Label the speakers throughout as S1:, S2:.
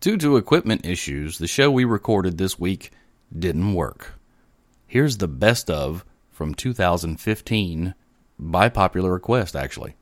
S1: Due to equipment issues, the show we recorded this week didn't work. Here's the best of from 2015 by popular request, actually.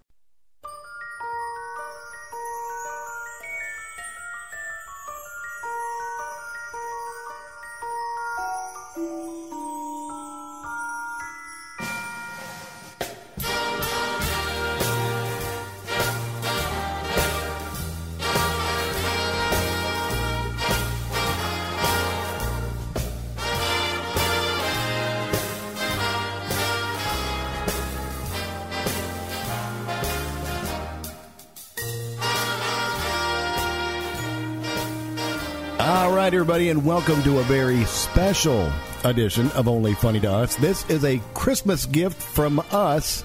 S2: All right, everybody, and welcome to a very special edition of Only Funny to Us. This is a Christmas gift from us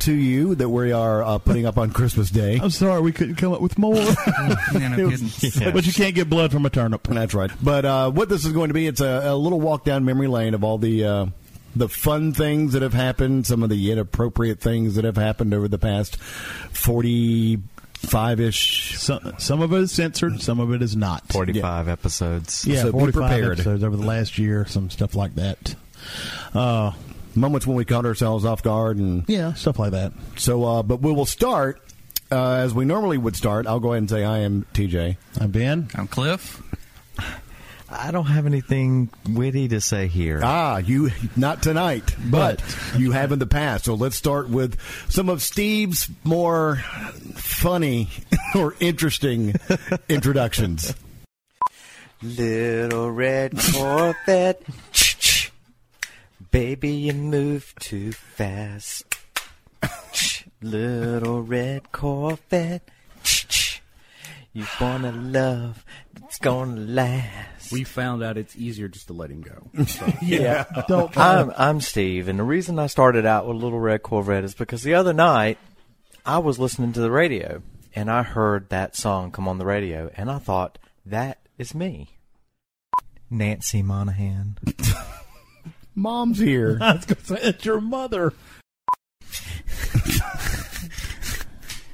S2: to you that we are uh, putting up on Christmas Day.
S3: I'm sorry we couldn't come up with more. But you can't get blood from a turnip.
S2: That's right. But uh, what this is going to be, it's a, a little walk down memory lane of all the uh, the fun things that have happened, some of the inappropriate things that have happened over the past forty five ish.
S3: Some, some of it is censored, some of it is not.
S4: 45 episodes.
S3: Yeah,
S2: So be
S3: 45
S2: prepared.
S3: episodes over the last year, some stuff like that. Uh,
S2: Moments when we caught ourselves off guard and
S3: yeah, stuff like that.
S2: So, uh, but we will start uh, as we normally would start. I'll go ahead and say I am TJ.
S3: I'm Ben.
S5: I'm Cliff.
S4: I don't have anything witty to say here.
S2: Ah, you not tonight, but you have in the past. So let's start with some of Steve's more funny or interesting introductions.
S6: Little red Corvette, baby, you move too fast. Little red Corvette, you wanna love that's gonna last.
S1: We found out it's easier just to let him go.
S6: Yeah.
S3: Don't
S6: I'm I'm Steve, and the reason I started out with Little Red Corvette is because the other night I was listening to the radio and I heard that song come on the radio, and I thought that is me, Nancy Monahan.
S2: Mom's here.
S3: I was going to say, it's your mother.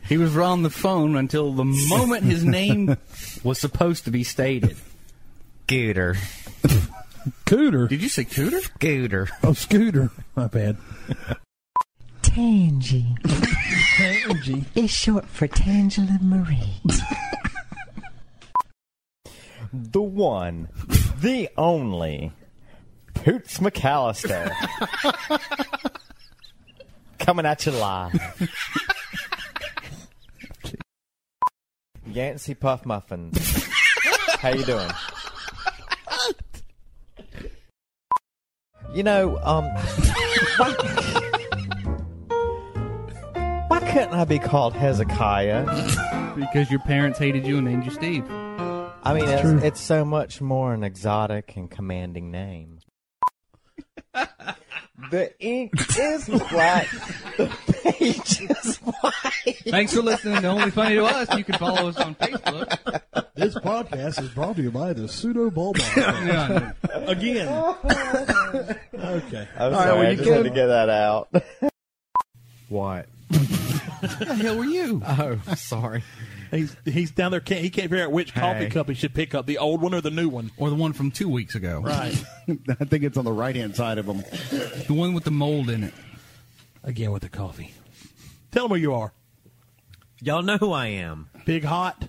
S5: He was on the phone until the moment his name was supposed to be stated.
S4: Scooter.
S3: Cooter.
S5: Did you say Cooter?
S4: Scooter.
S3: Oh, Scooter. My bad.
S7: Tangy is short for Tangela Marie.
S6: the one, the only, Poots McAllister. Coming at you live. Yancey Puff Muffin. How you doing? You know, um, why, why couldn't I be called Hezekiah?
S5: Because your parents hated you and named you Steve.
S6: I mean, it's, it's so much more an exotic and commanding name. the ink is black. The page is white.
S5: Thanks for listening to Only Funny to Us. You can follow us on Facebook.
S3: This podcast is brought to you by the pseudo bulldog.
S5: Yeah.
S3: Again. okay.
S6: I'm sorry, I just had to get that out.
S4: What?
S5: Who the hell were you?
S4: Oh, sorry.
S3: He's he's down there. Can't, he can't figure out which coffee
S4: Hey.
S3: cup he should pick up, the old one or the new one.
S5: Or the one from two weeks ago.
S3: Right.
S2: I think it's on the right hand side of him.
S5: The one with the mold in it.
S3: Again with the coffee. Tell him where you are.
S4: Y'all know who I am.
S3: Big hot,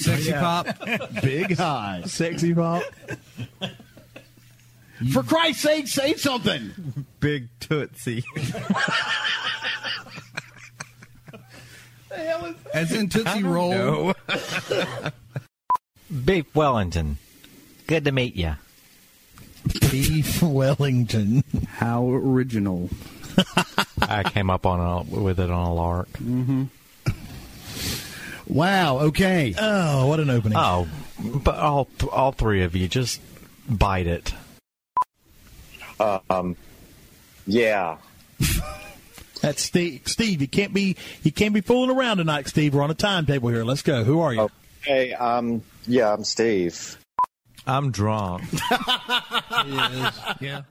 S5: Sexy Pop.
S2: Big eyes.
S3: sexy pop.
S2: For Christ's sake, say something.
S4: Big Tootsie.
S5: As in Tootsie Roll.
S6: Beef Wellington. Good to meet you.
S3: Beef Wellington.
S5: How original.
S6: I came up on a, with it on a lark.
S2: Wow. Okay.
S3: Oh, what an opening.
S6: Oh, but all all three of you just bite it.
S8: Um, Yeah.
S3: That's Steve. Steve, you can't be you can't be fooling around tonight, Steve. We're on a timetable here. Let's go. Who are
S2: Oh.
S3: you?
S8: Hey, um, yeah, I'm Steve.
S6: I'm drunk.
S5: Yeah.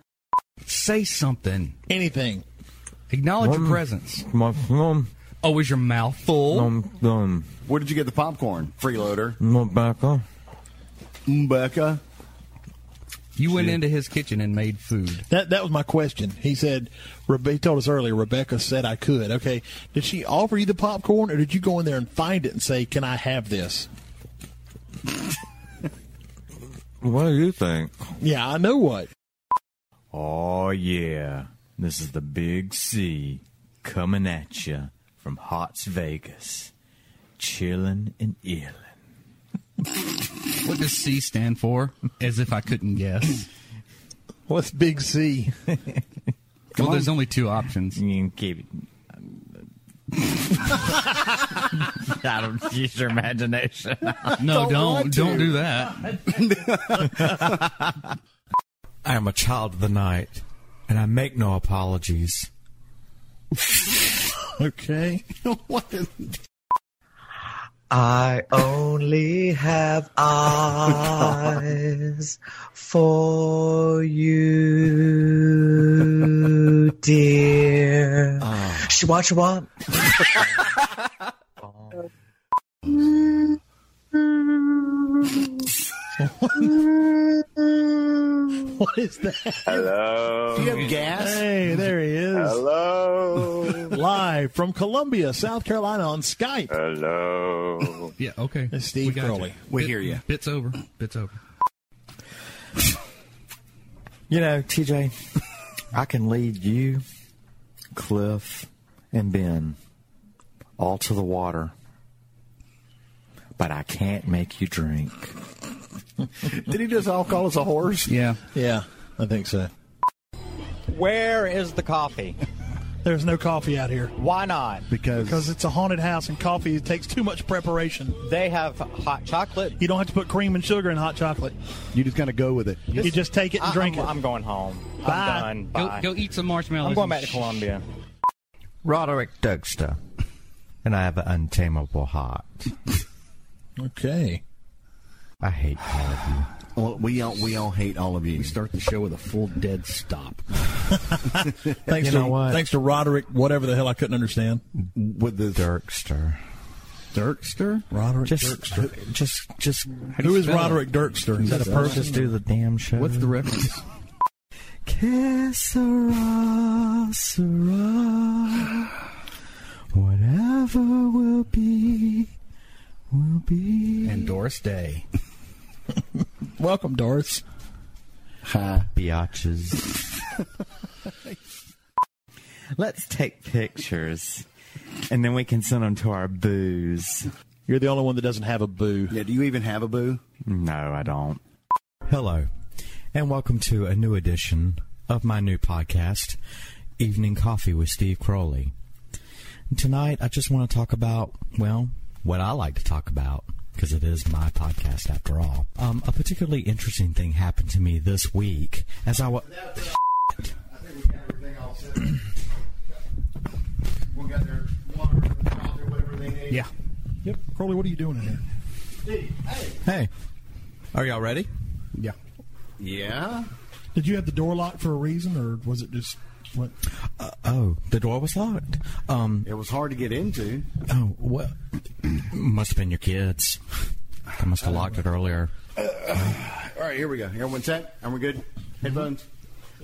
S5: Say something.
S3: Anything.
S5: Acknowledge your
S6: Mm.
S5: presence.
S6: Mum, mum,
S5: Oh, is your mouth full?
S6: mum, mum,
S2: Where did you get the popcorn, freeloader?
S6: mum, back on.
S2: Becca.
S5: You went into his kitchen and made food.
S3: That that was my question. He said, Rebe- he told us earlier, Rebecca said I could. Okay, did she offer you the popcorn, or did you go in there and find it and say, "Can I have this"?
S9: What do you think?
S3: Yeah, I know what.
S6: Oh, yeah. This is the Big C coming at you from Hots Vegas. Chillin' and illin'.
S5: What does C stand for? As if I couldn't guess.
S3: What's Big C?
S5: well, there's only two options.
S6: You can keep it. I don't use your imagination.
S5: No, don't don't do that.
S9: I am a child of the night, and I make no apologies.
S3: Okay,
S7: I only have eyes for you, dear.
S9: Ah.
S7: Shwa shwa.
S3: what is that?
S8: Hello.
S2: Do you have gas?
S3: Hey, there he is,
S8: Hello.
S3: live from Columbia, South Carolina, on Skype.
S8: Hello.
S5: Yeah, okay.
S3: It's Steve
S5: We got you.
S3: Crowley.
S2: We
S5: Bit-
S2: hear ya.
S5: Bit's over. Bit's over.
S6: You know, TJ, I can lead you, Cliff, and Ben all to the water, but I can't make you drink.
S2: Did he just all call us a horse?
S5: Yeah.
S3: Yeah, I think so.
S6: Where is the coffee?
S3: There's no coffee out here
S6: Why not?
S2: Because,
S3: because it's a haunted house, and coffee takes too much preparation.
S6: They have hot chocolate.
S3: You don't have to put cream and sugar in hot chocolate.
S2: you just kind of go with it.
S3: You just take it and drink it.
S6: going home.
S3: Bye.
S5: Go, go eat some marshmallows. and sh-
S6: Columbia.
S9: Roderick Dugster, and I have an untamable heart.
S3: Okay.
S9: I hate all of you.
S2: Well, we all we all hate all of you.
S5: Start the show with a full dead stop.
S3: Thanks
S6: You
S3: to
S6: know what?
S3: thanks to Roderick, whatever the hell I couldn't understand.
S2: With the
S9: Dirkster.
S5: Dirkster?
S3: Roderick
S6: Just, just, just.
S3: Who is
S5: spell it?
S3: Roderick Dirkster? Is that a person?
S6: Just do the damn show.
S5: What's the reference?
S6: Kissera, sera. Whatever will be, will be.
S5: and Doris Day.
S3: Welcome, Doris.
S6: biatches. Let's take pictures, and then we can send them to our booze.
S3: You're the only one that doesn't have a boo.
S2: yeah, do you even have a boo?
S6: No, I don't.
S9: Hello, and welcome to a new edition of my new podcast, Evening Coffee with Steve Crowley. Tonight, I just want to talk about, well, what I like to talk about, because it is my podcast after all. Um, a particularly interesting thing happened to me this week as I was.
S5: Yeah.
S3: Yep. Crowley, what are you doing in here?
S9: Hey, are y'all ready?
S5: Yeah.
S2: Yeah.
S3: Did you have the door locked for a reason, or was it just what?
S9: Uh, oh, the door was locked. Um,
S2: It was hard to get into.
S9: Oh, well, must have been your kids. I must have locked it earlier.
S2: All right, here we go. Everyone set? And we're good? Headphones?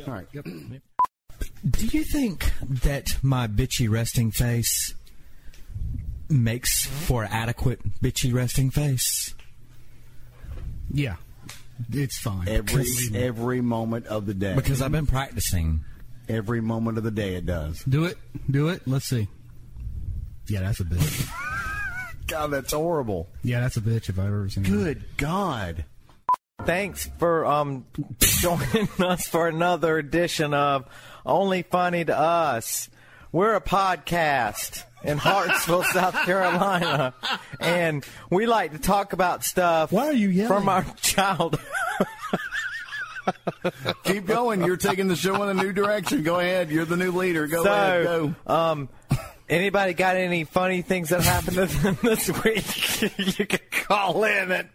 S2: All right.
S9: Do you think that my bitchy resting face makes for adequate bitchy resting face?
S5: Yeah. It's fine.
S2: Every every moment of the day.
S9: Because I've been practicing.
S2: every moment of the day it does.
S5: Do it. Do it. Let's see. Yeah, that's a bitch.
S2: God, that's horrible.
S5: Yeah, that's a bitch if I've ever seen one.
S2: Good God.
S6: Thanks for um joining us for another edition of Only Funny to Us. We're a podcast in Hartsville, South Carolina, and we like to talk about stuff.
S3: Why are you yelling?
S6: From our childhood.
S2: Keep going. You're taking the show in a new direction. Go ahead. You're the new leader. Go ahead.
S6: So,
S2: Go.
S6: um, anybody got any funny things that happened to them this week? you can call in at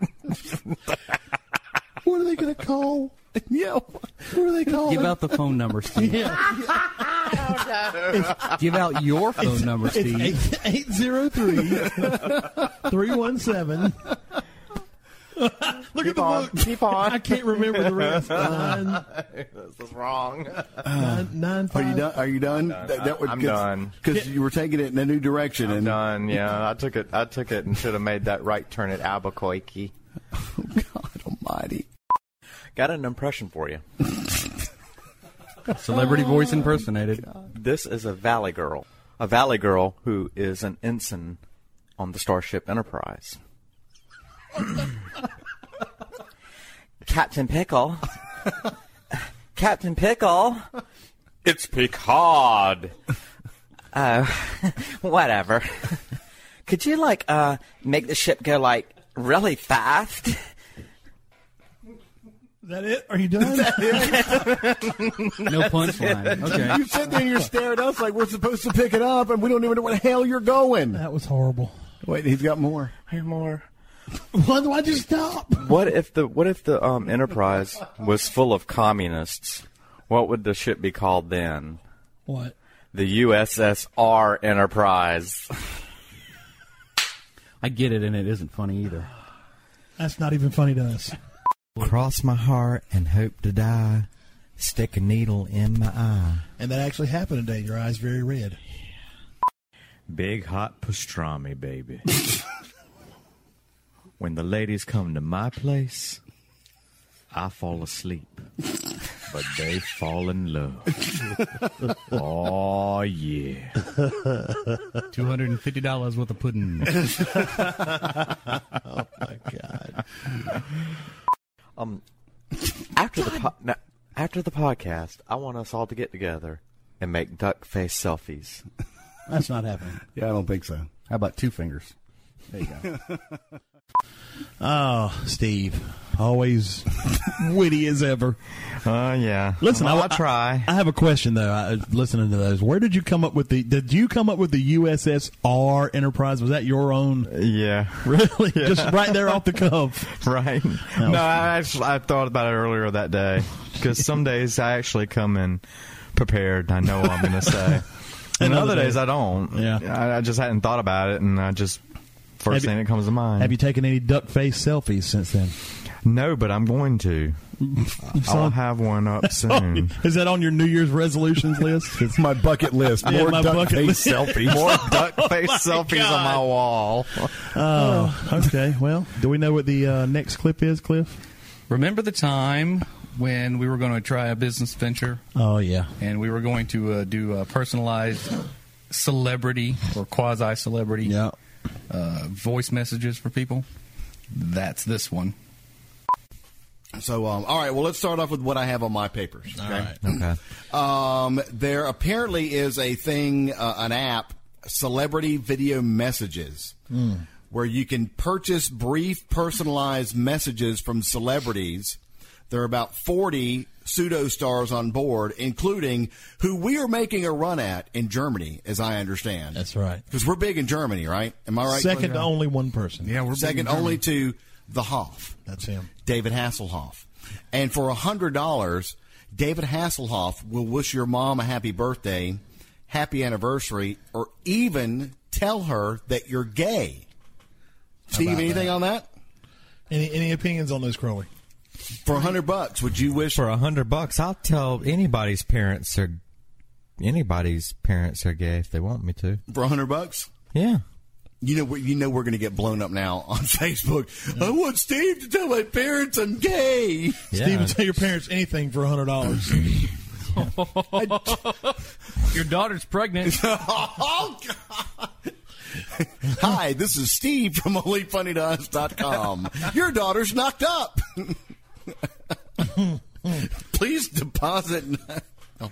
S3: What are they going to call?
S2: Yeah.
S3: What are they calling?
S5: Give out the phone number, Steve. Give out your phone number, Steve.
S3: It's 803 317 Look
S6: Keep
S3: at the
S6: on,
S3: book.
S6: keep on.
S3: I can't remember the rest. Nine,
S6: this is wrong.
S3: nine, nine,
S2: Are you
S3: five.
S2: done? Are you done? That, that would
S6: I'm done.
S2: because you were taking it in a new direction. and
S6: Done. Yeah, I took it. I took it and should have made that right turn at Albuquerque.
S2: God Almighty,
S6: Got an impression for you.
S5: Celebrity voice impersonated.
S6: Oh, This is a valley girl, a valley girl who is an ensign on the Starship Enterprise. Captain Pickle. Captain Pickle. It's Picard. Oh, whatever. Could you like uh make the ship go like really fast?
S3: Is that it? Are you done?
S5: No punchline. Okay.
S2: you sit there and you stare at us like we're supposed to pick it up, and we don't even know where the hell you're going.
S3: that was horrible.
S2: Wait, he's got more.
S6: more.
S3: Why do I just stop?
S6: What if the what if the um, Enterprise was full of communists? What would the ship be called then?
S3: What?
S6: The USSR Enterprise.
S5: I get it, and it isn't funny either.
S3: That's not even funny to us.
S9: Cross my heart and hope to die. Stick a needle in my eye.
S10: Ah.
S3: And that actually happened today. Your eyes very red.
S10: Big hot pastrami, baby. when the ladies come to my place, I fall asleep. But they fall in love. oh, yeah.
S5: Two hundred and fifty dollars worth of pudding.
S6: Um, after the po- no, after the podcast, I want us all to get together and make duck face selfies.
S3: That's not happening.
S2: Yeah, I don't think so.
S5: How about two fingers?
S3: Oh, Steve. Always witty as ever.
S6: Oh yeah.
S3: Listen,
S6: I'll,
S3: I,
S6: try.
S3: I, have a question though. I, listening to those, where did you come up with the? Did you come up with the USSR Enterprise? Was that your own?
S6: Uh, yeah.
S3: Really? Just right there off the cuff.
S10: Right. No, I actually, I thought about it earlier that day because some days I actually come in prepared. I know what I'm going to say. And
S3: Another
S10: other
S3: day.
S10: days I don't.
S3: Yeah.
S10: I, I just hadn't thought about it, and I just
S3: Have
S10: first
S3: you-
S10: thing that comes to mind.
S3: Have you taken any duck face selfies since then?
S10: No, but I'm going to. I'll have one up soon.
S3: Oh, Is that on your New Year's resolutions list?
S2: It's my bucket list.
S3: Yeah,
S2: More
S3: my
S2: duck
S3: bucket
S2: face
S3: list.
S2: selfies. More
S10: Duck
S9: Oh
S10: face selfies on my wall.
S3: Oh, okay. Well, do we know what the uh, next clip is, Cliff?
S5: Remember the time when we were going to try a business venture
S3: Oh yeah.
S5: and we were going to uh, do a personalized celebrity or quasi celebrity
S3: Yeah.
S5: uh, voice messages for people? That's this one.
S2: So, um, all right. Well, let's start off with what I have on my papers. Okay?
S10: Okay.
S2: Um, there apparently is a thing, uh, an app, celebrity video messages,
S3: Hmm.
S2: where you can purchase brief, personalized messages from celebrities. There are about forty pseudo stars on board, including who we are making a run at in Germany, as I understand.
S3: That's right.
S2: Because we're big in Germany, right? Am I right?
S3: Second to only one person.
S2: we're second only to the Hoff.
S3: That's him.
S2: David Hasselhoff. And for $100, David Hasselhoff will wish your mom a happy birthday, happy anniversary, or even tell her that you're gay. Steve, anything on that?
S3: Any any opinions on those, Crowley?
S2: For 100 bucks, would you wish
S9: For a hundred bucks, I'll tell anybody's parents are anybody's parents are gay if they want me to.
S2: for 100 bucks?
S9: Yeah.
S2: You know, we- you know we're going to get blown up now on Facebook. I want Steve to tell my parents I'm gay.
S3: Steven, tell your parents anything for hundred dollars.
S5: Your daughter's pregnant.
S2: oh, God. Hi, this is Steve from OnlyFunnyToUs.com. Your daughter's knocked up. Please deposit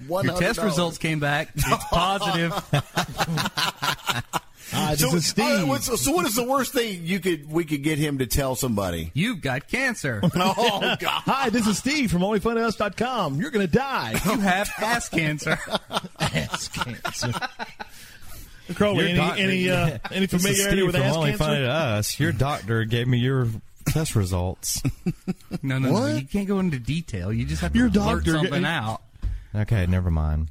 S2: one
S5: Your test results came back. It's positive.
S3: Hi, this
S2: So,
S3: is Steve.
S2: all right, what's- so what is the worst thing you could we could get him to tell somebody?
S5: You've got cancer.
S2: Oh God!
S3: Hi, this is Steve from OnlyFunHouse.com. You're going to die.
S5: You have ass cancer.
S3: ass cancer. Crowley,
S9: Your
S3: any,
S9: doctor-
S3: any, uh, any
S9: This is
S3: familiarity
S9: Steve
S3: with
S9: from
S3: ass
S9: only
S3: cancer?
S9: Funny to us. Your doctor gave me your test results.
S5: No, no, no.
S3: What?
S5: You can't go into detail. You just have to
S3: Your
S5: blurt
S3: doctor-
S5: something out.
S9: Okay, never mind.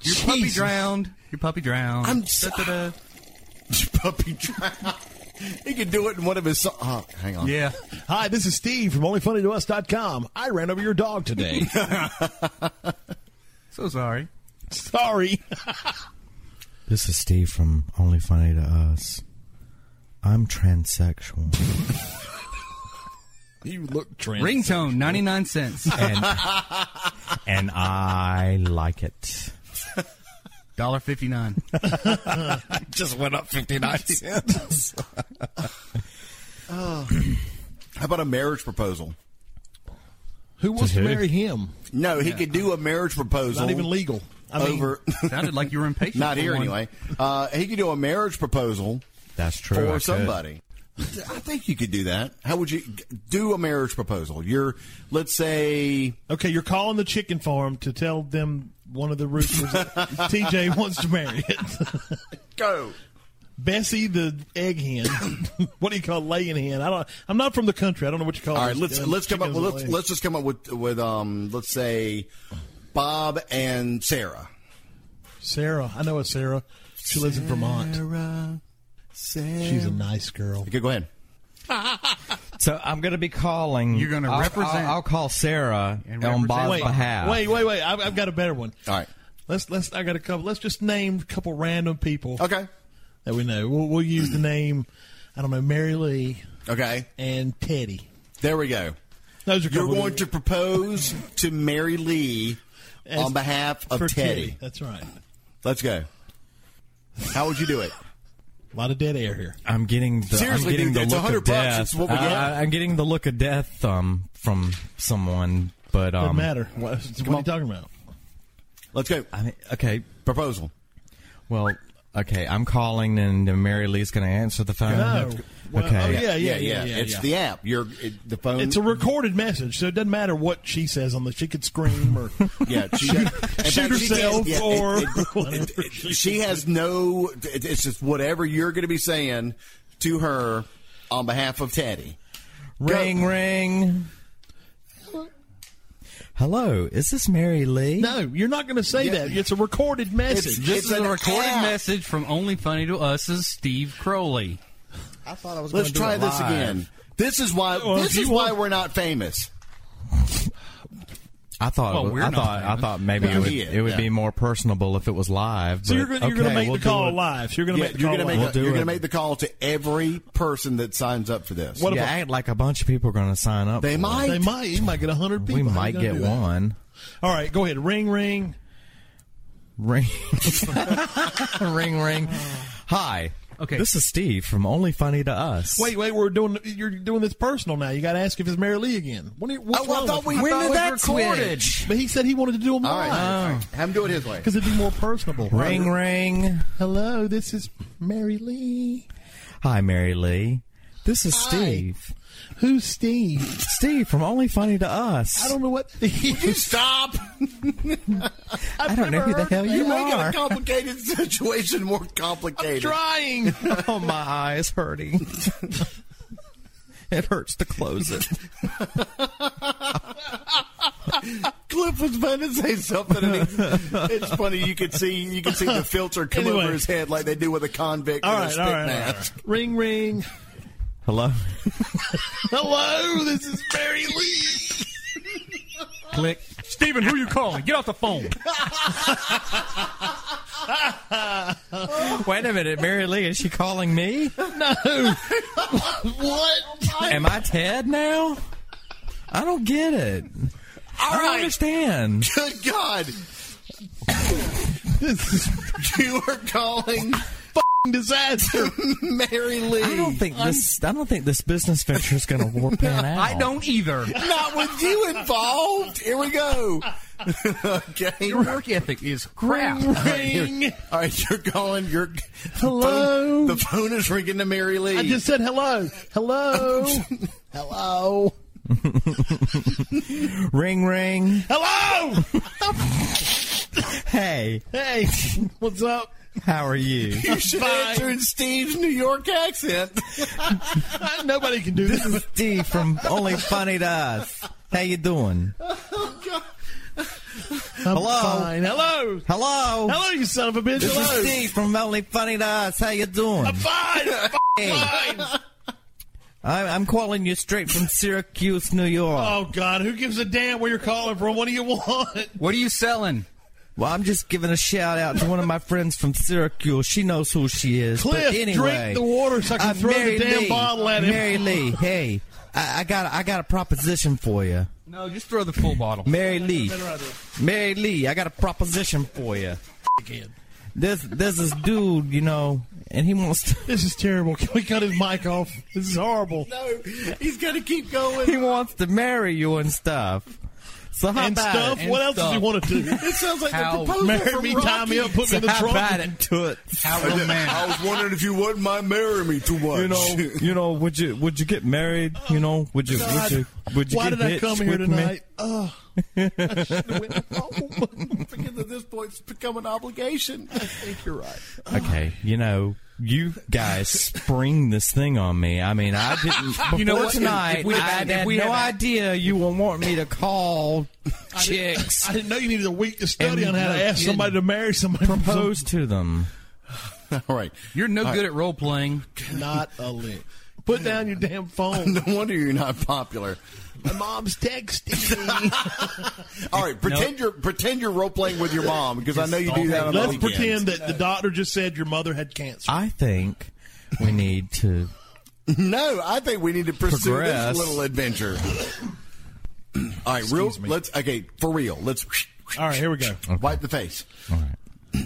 S5: Your puppy
S3: Jesus.
S5: drowned. Your puppy drowned.
S2: I'm so-
S5: Da-da-da.
S2: Puppy drowned. He could do it in one of his songs. Oh, hang on.
S3: Yeah. Hi, this is Steve from OnlyFunnyToUs.com. I ran over your dog today.
S5: so sorry.
S3: Sorry.
S9: This is Steve from Only Funny to Us. I'm transsexual.
S3: you look trans.
S5: Ringtone, 99 cents.
S9: and, and I like it.
S5: Dollar fifty nine.
S2: Just went up 59 cents. oh. How about a marriage proposal?
S3: Who wants to,
S9: who?
S3: marry him?
S2: No, he could do a marriage proposal.
S3: Not even legal. I mean,
S2: over.
S5: Sounded like you were impatient.
S2: not
S5: for
S2: here
S5: one.
S2: anyway. Uh, he could do a marriage proposal
S9: That's true. I
S2: for
S9: could.
S2: somebody. I think you could do that. How would you do a marriage proposal? You're, let's say,
S3: Okay, you're calling the chicken farm to tell them one of the roosters that TJ wants to marry it.
S2: go.
S3: Bessie the egg hen. what do you call it? laying hen? I don't. I'm not from the country. I don't know what you call.
S2: All right,
S3: those,
S2: let's
S3: uh,
S2: let's come up.
S3: chickens
S2: Well,
S3: that
S2: let's
S3: lay.
S2: let's just come up with with um. Let's say Bob and Sarah.
S3: Sarah. I know a Sarah. She lives in Vermont.
S2: Sarah, Sarah.
S3: She's a nice girl.
S2: Okay, go ahead.
S9: So I'm going to be calling.
S5: You're gonna
S9: I'll-
S5: represent-
S9: I'll, I'll call Sarah
S5: And
S9: on
S5: represent-
S9: Bob's
S3: Wait,
S9: behalf.
S3: wait, wait, wait. I've, I've got a better one.
S2: All right.
S3: Let's let's. I got a couple. Let's just name a couple random people
S2: Okay.
S3: that we know. We'll, we'll use the name. I don't know Mary Lee
S2: Okay.
S3: and Teddy.
S2: There we go.
S3: Those are
S2: You're
S3: couple
S2: going
S3: of-
S2: to propose to Mary Lee
S3: As-
S2: on behalf of
S3: for
S2: Teddy.
S3: That's right.
S2: Let's go. How would you do it?
S3: A lot of dead air here.
S9: I'm getting the,
S2: Seriously,
S9: I'm getting
S2: dude,
S9: the
S2: it's
S9: look
S2: 100
S9: of
S2: bucks.
S9: death.
S2: It's what we
S9: I-
S2: get.
S9: I, am getting the look of death um, from someone, but
S3: Doesn't
S9: um,
S3: matter. What, what are you talking about?
S2: Let's go.
S9: I mean, okay,
S2: Proposal.
S9: well, okay, I'm calling, and Mary Lee's going to answer the
S2: Uh,
S9: phone.
S3: No. Well,
S9: okay,
S3: oh, yeah, yeah, yeah, yeah.
S2: it's
S3: yeah.
S2: the app. Your it, the phone.
S3: It's a recorded message, so it doesn't matter what she says on the. She could scream or
S2: yeah. She,
S3: shoot,
S2: in fact,
S3: shoot
S2: she did-
S3: herself
S2: yeah, it-
S3: or
S2: it- it-
S3: whatever.
S2: it- she has no. it- It's just whatever you're going to be saying to her on behalf of Teddy.
S9: ring, ring. Hello, is this Mary Lee?
S3: no, you're not going to say
S2: Yeah.
S3: that. It's a recorded message.
S5: This
S2: It's
S5: is
S2: an
S5: a recorded
S2: app.
S5: message from Only Funny to Us's Steve Crowley.
S9: I thought I was.
S2: Let's
S9: gonna
S2: try
S9: do it
S2: this
S9: live.
S2: again. This is why.
S3: Well,
S2: this
S3: if you
S2: is why
S3: want-
S2: we're not famous.
S9: I thought.
S5: Well,
S9: it was,
S5: we're
S9: I
S5: not
S9: thought. I
S5: famous.
S9: thought maybe
S2: No,
S9: it would,
S2: he is,
S9: it would
S2: yeah.
S9: be more personable if it was live.
S3: so you're
S9: but
S3: going to
S9: okay,
S3: make
S9: we'll
S3: the call
S9: do it.
S3: live. So you're going to
S2: Yeah,
S3: make the
S2: you're
S3: call
S2: going to
S3: live.
S2: make.
S9: We'll
S2: a-
S9: do
S2: you're
S9: it.
S2: going to make the call to every person that signs up for this.
S3: What
S9: yeah,
S3: about-
S9: act like a bunch of people are going to sign up.
S2: They
S9: for
S2: might.
S3: they might. You might get a hundred
S9: it.
S3: people. How
S9: We
S3: you
S9: might
S3: gonna
S9: get
S3: do that?
S9: one.
S3: All right, go ahead. Ring, ring.
S9: Ring, ring, ring.
S3: Uh,
S9: Hi.
S5: Okay.
S9: This is Steve from Only Funny to Us.
S3: Wait, wait. We're doing. You're doing this personal now. You got to ask if it's Mary Lee again. What, do you- what's
S2: Oh, I
S3: wrong
S2: thought
S3: with
S2: we-
S3: you?
S2: When did that
S9: switch?
S3: But he said he wanted to do them
S2: All right.
S3: live
S2: all right. Have him do it his way.
S3: because it'd be more personable.
S9: Ring, ring.
S3: Hello, this is Mary Lee.
S9: Hi, Mary Lee. This is Steve.
S3: Who's Steve?
S9: Steve from Only Funny to Us.
S3: I don't know what.
S2: You stop.
S9: I don't know who the hell
S2: You're
S9: you
S2: making
S9: are.
S2: a complicated situation more complicated.
S3: Trying.
S9: oh, my eye is hurting. it hurts to close it.
S2: Cliff was about to say something. And he, it's funny you could see you could see the filter come
S3: Anyway.
S2: over his head like they do with a convict
S3: All
S2: with a
S3: right,
S2: stick
S3: all right, all right.
S2: mask.
S3: Ring, ring.
S9: Hello.
S3: Hello, this is Mary Lee.
S5: Click. Steven, who you calling? Get off the phone.
S9: Wait a minute, Mary Lee. Is she calling me?
S3: What?
S9: Am I Ted now? I don't get it. I don't
S2: right.
S9: understand.
S2: Good God! you are calling
S3: Disaster.
S2: Mary Lee.
S9: I don't think this. I don't think this business venture is going to work pan out.
S5: I don't either.
S2: Not with you involved. Here we go. okay.
S5: Your work ethic is crap.
S3: ring.
S2: All right, you're calling. You're
S3: Hello?
S2: The phone is ringing to Mary Lee.
S3: I just said hello. Hello. hello.
S9: Ring ring.
S3: Hello.
S9: Hey,
S3: Hey, what's up?
S9: how are you?
S2: you should
S3: Fine.
S2: answer in Steve's New York accent.
S3: Nobody can do
S9: This
S3: this.
S9: is Steve from Only Funny to Us. How you doing?
S3: I'm
S9: Hello?
S3: fine. Hello.
S9: Hello.
S3: Hello, you son of a bitch.
S9: This
S3: Hello.
S9: is Steve from Only Funny to Us. How you doing? I'm
S3: fine.
S9: I'm I'm calling you straight from Syracuse, New York.
S3: Oh God, who gives a damn where you're calling from? What do you want?
S5: What are you selling?
S9: Well, I'm just giving a shout out to one of my friends from Syracuse. She knows who she is.
S3: Cliff,
S9: but
S3: drink
S9: anyway,
S3: the water so I can
S9: uh,
S3: throw the
S9: Mary
S3: damn
S9: Lee,
S3: bottle at him.
S9: Mary Lee, hey, I, I got I got a proposition for you.
S5: No, just throw the full bottle.
S9: Mary Lee, Mary Lee, I got a proposition for you.
S3: Again.
S9: There's there's this dude, you know, and he wants to.
S3: This is terrible. Can we cut his mic off? This is horrible.
S9: No,
S3: he's gonna keep going.
S9: he wants to marry you and stuff. So how
S3: and
S9: about
S3: stuff.
S9: it?
S3: what
S5: And
S3: else does he
S5: stuff.
S3: want to do? It
S2: sounds like
S5: the How- proposal
S3: Marry me, tie me up, put
S9: So
S3: me in the
S9: how
S3: trunk.
S9: about it, toots?
S5: How romantic.
S2: was wondering if you wouldn't mind marrying me too much.
S9: you know, you know, would you would you get married? You know, would you
S3: God.
S9: would you would you
S3: Why
S9: get
S3: did I
S9: hitched
S3: come here
S9: with me?
S3: tonight? Ugh. I should've went home.
S2: because at this point it's become an obligation. I think you're right.
S9: Okay, you know, you guys spring this thing on me. I mean, I didn't. Before
S5: You know what? If-
S9: tonight,
S5: if we'd
S9: I
S5: have had-
S9: had
S5: if we
S9: no
S5: had had-
S9: idea you were wanting me to call chicks,
S3: I didn't know you needed a week to study
S9: And
S3: on how to
S9: no
S3: ask somebody to
S9: kidding.
S3: marry somebody. from
S9: propose to them.
S2: All right.
S5: You're no good at role playing.
S3: some- Not a lick. Put down your damn phone.
S2: No wonder you're not popular.
S3: My mom's texting me.
S2: All right, pretend you're pretend you're role playing with your mom because I know you do that. On
S3: Let's
S2: the weekends.
S3: pretend that the doctor just said your mother had cancer.
S9: I think we need to.
S2: No, I think we need to pursue this
S9: Progress.
S2: little adventure. All right, real. Let's okay for real. Let's
S3: All right, here we go.
S2: wipe the face
S9: All right.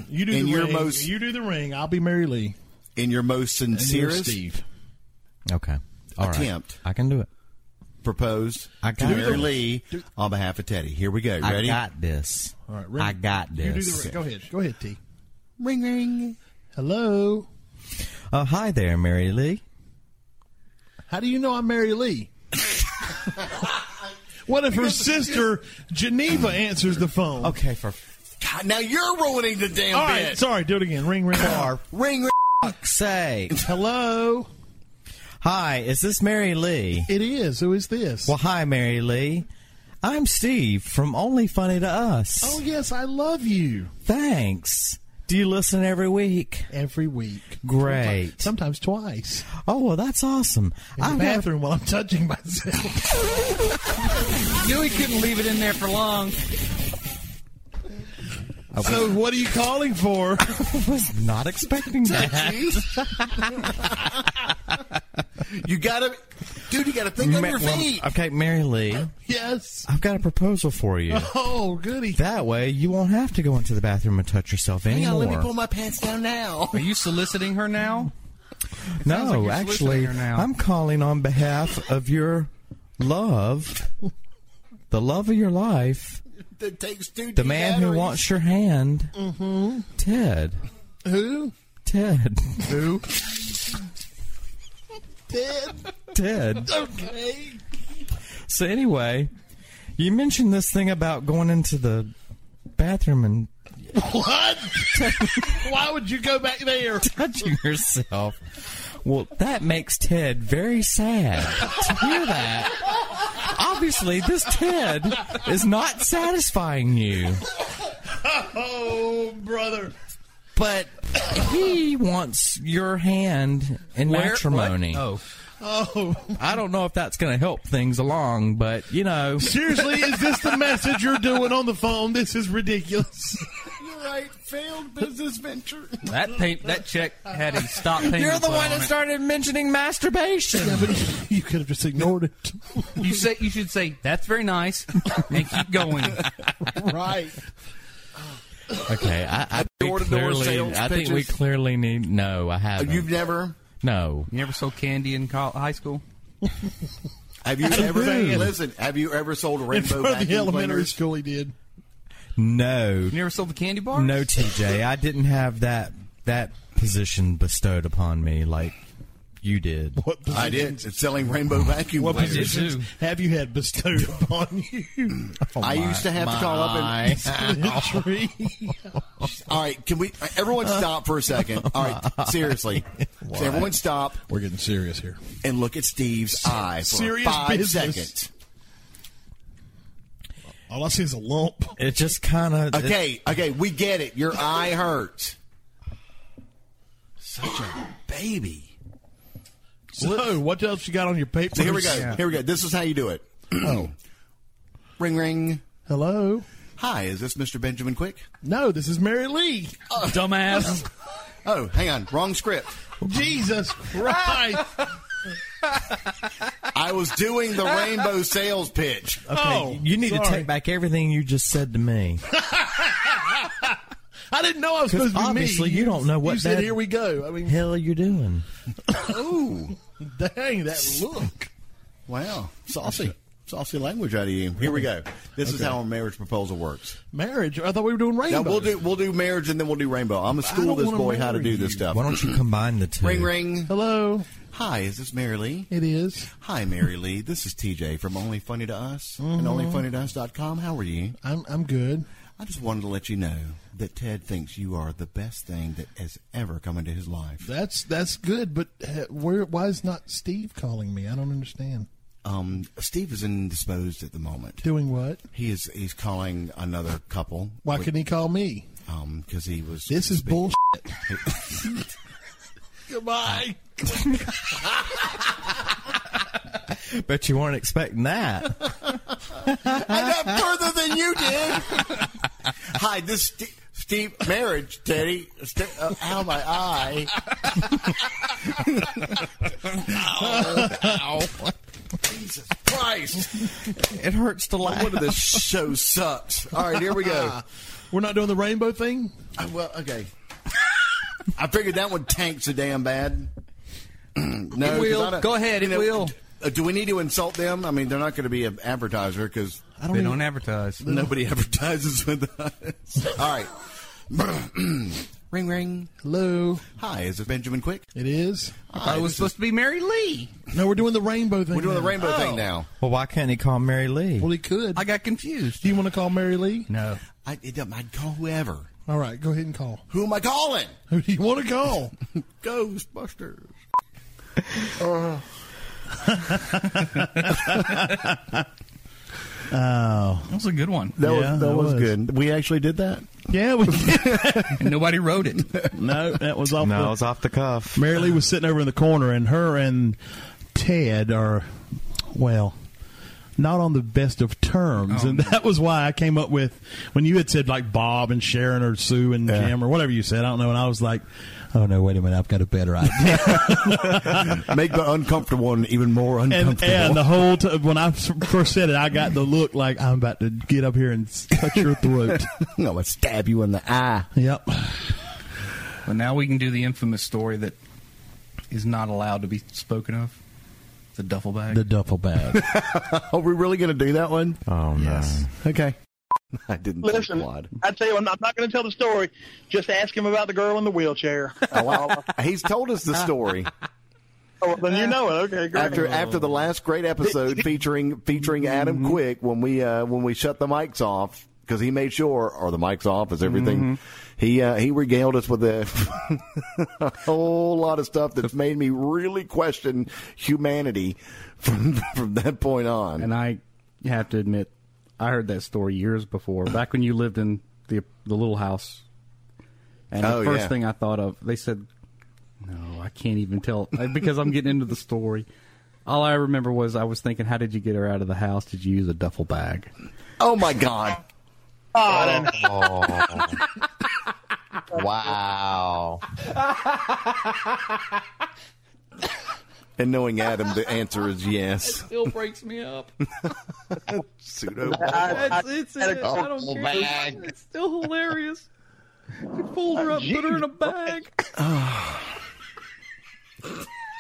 S3: You do
S2: In
S3: the
S2: your
S3: ring.
S2: most-
S3: you do the ring. I'll be Mary Lee.
S2: in your most
S3: And you're
S2: sincerest
S3: Steve.
S9: Okay. All right.
S2: Attempt.
S9: I can do it.
S2: proposed
S9: I
S2: to
S9: got it.
S2: Mary Lee on behalf of Teddy. Here we go. You ready?
S9: I got this.
S3: All right,
S9: I got
S3: You do the
S9: this.
S3: ring. Go ahead. Go ahead, T.
S2: ring ring.
S3: Hello.
S9: Uh, hi there, Mary Lee.
S3: How do you know I'm Mary Lee? what if her sister Geneva answers the phone?
S9: Okay, for
S2: God, now you're ruining the damn
S3: All
S2: bit.
S3: right. Sorry. Do it again. Ring, ring. ring.
S2: Ring ring.
S9: fuck's sake.
S3: Hello.
S9: Hi, is this Mary Lee?
S3: It is. Who is this?
S9: Well, Oh, hi, Mary Lee. I'm Steve from Only Funny to Us.
S3: Oh yes, I love you.
S9: Thanks. Do you listen every week?
S3: Every week.
S9: Great.
S3: Sometimes twice.
S9: Oh, well, that's awesome.
S3: In the
S9: I have,
S3: bathroom while I'm touching myself.
S5: Knew he couldn't leave it in there for long.
S3: so what are you calling for?
S9: was not expecting that.
S2: You gotta, dude. You gotta think on
S9: Ma-
S2: your
S9: well,
S3: uh,
S2: feet.
S9: okay, Mary Lee,
S3: yes.
S9: I've got a proposal for you.
S3: Oh, goody.
S9: That way, you won't have to go into the bathroom and touch yourself
S2: Hang on,
S9: anymore.
S2: let me pull my pants down now.
S5: Are you soliciting her now? sounds
S9: no,
S5: like you're soliciting
S9: actually,
S5: her now.
S9: I'm calling on behalf of your love, the love of your life,
S2: That takes two.
S9: the man who wants your hand, Ted.
S3: Mm-hmm. Who?
S9: Ted.
S3: Who? Dead.
S9: Ted.
S3: Okay.
S9: So anyway, you mentioned this thing about going into the bathroom and
S3: What? Why would you go back there?
S9: touching yourself. Well, that makes Ted very sad to hear that. Obviously, this Ted is not satisfying you,
S3: Oh, brother.
S9: but he wants your hand in matrimony.
S5: Oh,
S3: Oh.
S9: I don't know if that's going to help things along, but you know,
S3: Seriously, is this the message you're doing on the phone? This is ridiculous.
S2: You're right. Failed business venture.
S5: that pay- that check had a stop payment.
S9: you're the
S5: put
S9: one
S5: on
S9: that
S5: it.
S9: started mentioning masturbation.
S3: but you could have just ignored it.
S5: You say you should say that's very nice and keep going.
S3: right.
S9: Okay, I, I think
S2: door-to-door
S9: clearly,
S2: sales
S9: I think we
S2: pitches?
S9: clearly need. No, I haven't.
S2: You've never.
S9: no,
S5: Oh, You ever sold candy in col- high school?
S2: Have you ever?
S3: Who?
S2: Listen. Have you ever sold a
S3: In
S2: rainbow
S3: front of the
S2: vacuum
S3: elementary
S2: cleaners?
S3: school, he did.
S9: no,
S5: You never sold the candy bar?
S9: no, TJ. I didn't have that that position bestowed upon me like you did.
S3: What
S2: I did. It's selling rainbow vacuum
S3: What
S2: cleaners.
S3: positions have you had bestowed upon you?
S2: I used to have to call up and.
S3: Literally.
S2: All right, can we? Everyone stop for a second. All right, seriously. Everyone stop
S3: We're getting serious here.
S2: and look at Steve's eye for
S3: serious
S2: five
S3: business.
S2: seconds.
S3: All I see is a lump.
S9: It just kind of
S2: Okay, okay, we get it. Your eye hurts. Such a baby.
S3: So, what else you got on your paper?
S2: So here we go.
S3: Yeah.
S2: Here we go. This is how you do it. oh. Ring ring.
S3: Hello.
S2: Hi, is this Mr. Benjamin Quick?
S3: No, this is Mary Lee.
S5: Dumbass.
S2: oh, hang on. Wrong script.
S3: Jesus Christ.
S2: I was doing the rainbow sales pitch.
S9: Okay,
S3: Oh,
S9: you need to take back everything you just said to me.
S3: I didn't know I was
S9: 'Cause
S3: supposed to be me.
S9: obviously you don't know what
S3: you said.
S9: that-
S3: Here we go. I mean,
S9: Hell, you're doing.
S3: oh, dang that look.
S2: Wow. Saucy. Saucy language out of you. Here we go. This is how a marriage proposal works.
S3: Marriage. I thought we were doing rainbow.
S2: Now we'll do we'll do marriage and then we'll do rainbow. I'm gonna school
S3: don't
S2: this
S3: wanna
S2: boy how to
S3: marry
S2: do this stuff.
S9: Why don't you combine the two?
S2: Ring ring.
S3: Hello.
S2: Hi, is this Mary Lee?
S3: It is.
S2: Hi, Mary Lee. This is TJ from Only Funny to Us and OnlyFunnyToUs.com. How are you?
S3: I'm I'm good.
S2: I just wanted to let you know that Ted thinks you are the best thing that has ever come into his life.
S3: That's that's good. But uh, where? Why is not Steve calling me? I don't understand.
S2: Um, Steve is indisposed at the moment.
S3: Doing what?
S2: He is he's calling another couple.
S3: Why couldn't he call me?
S2: Um, because he was.
S3: This is bullshit. Goodbye.
S9: Bet you weren't expecting that.
S2: I got further than you did. Hi, this Steve. Steve, marriage, Teddy. St- uh, ow, my eye. Jesus Christ.
S9: It hurts to laugh.
S2: One of this show sucks. All right, here we go.
S3: We're not doing the rainbow thing.
S2: Uh, well, okay. I figured that one tanks a damn bad. no, 'cause
S5: will.
S2: I don't-
S5: Go ahead,
S2: you
S5: it will.
S2: uh, Do we need to insult them? I mean, they're not going to be an advertiser because
S3: I don't.
S5: They
S3: even-
S5: don't advertise.
S2: nobody advertises with us. All right. ring, ring.
S3: Hello.
S2: Hi, is it Benjamin Quick?
S3: It is.
S5: I was supposed to be Oh. Mary Lee.
S3: No, we're doing the rainbow thing.
S2: We're doing the
S3: now.
S2: rainbow thing now.
S9: Well, why can't he call Mary Lee?
S3: Well, he could.
S5: I got confused.
S3: Do you want to call Mary Lee?
S5: No.
S2: I, it, doesn't- I'd call whoever.
S3: All right, go ahead and call.
S2: Who am I calling?
S3: Who do you want to call?
S2: Ghostbusters.
S5: That was a good one.
S11: That
S3: Yeah,
S11: was that,
S3: that
S11: was,
S3: was.
S11: good. We actually did that.
S3: yeah, we
S5: And nobody wrote it.
S3: no, that was off.
S10: No, it's off the cuff.
S3: Mary Lee was sitting over in the corner, and her and Ted are, well, not on the best of terms, and that was why I came up with when you had said like Bob and Sharon or Sue and Jim or whatever you said. I don't know, and I was like, oh no, wait a minute, I've got a better idea.
S11: Make the uncomfortable one even more
S3: and,
S11: uncomfortable.
S3: and the whole time when I first said it, I got the look like I'm about to get up here and cut your throat.
S11: I'm gonna stab you in the eye.
S3: yep.
S5: Well, now we can do the infamous story that is not allowed to be spoken of. The duffel bag.
S3: The duffel bag.
S11: Are we really gonna do that one?
S10: Oh, no.
S11: Okay. I didn't
S12: Listen,
S11: think
S12: I tell you, I'm not, I'm not going to tell the story. Just ask him about the girl in the wheelchair.
S11: Oh, Quad. He's told us the story
S12: Oh, then you know it. Okay, great.
S11: after after the last great episode featuring featuring Adam Quick when we uh, when we shut the mics off because he made sure are the mics off is everything he uh, he regaled us with a, a whole lot of stuff that's made me really question humanity from from that point on.
S5: and I have to admit, I heard that story years before, back when you lived in the the little house. And
S11: Oh,
S5: the first
S11: yeah.
S5: thing I thought of, they said, "No, I can't even tell because I'm getting into the story." All I remember was I was thinking, "How did you get her out of the house? Did you use a duffel bag?"
S11: oh my god!
S10: Oh.
S13: Wow.
S11: And knowing Adam, the answer is yes.
S5: Still breaks me up.
S11: Pseudo.
S5: It's, it's, I don't care. It's still hilarious. You pulled her up, put her in a bag.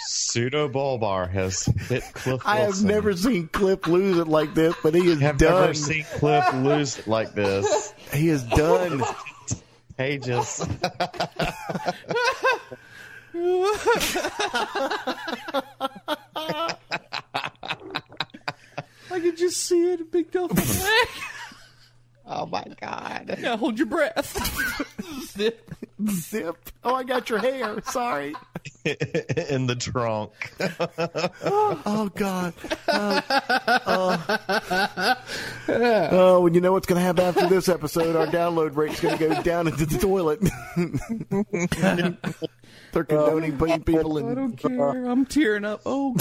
S10: Pseudo Bulbar has hit Cliff.
S11: I have
S10: Wilson.
S11: never seen Clip lose it like this, but he is
S10: have
S11: done.
S10: never seen Cliff lose it like this.
S11: he is done.
S10: Pages.
S5: I could just see it, a big duffel bag.
S10: Oh my God.
S5: Now hold your breath. Zip.
S11: Zip. Oh, I got your hair. Sorry.
S10: In the trunk.
S2: Uh,
S11: Oh God. Oh, Oh,
S2: Oh, and you know what's going to happen after this episode? Our download rate's going to go down into the toilet. They're condoning putting people in.
S5: Um, I don't care. I'm tearing up. Oh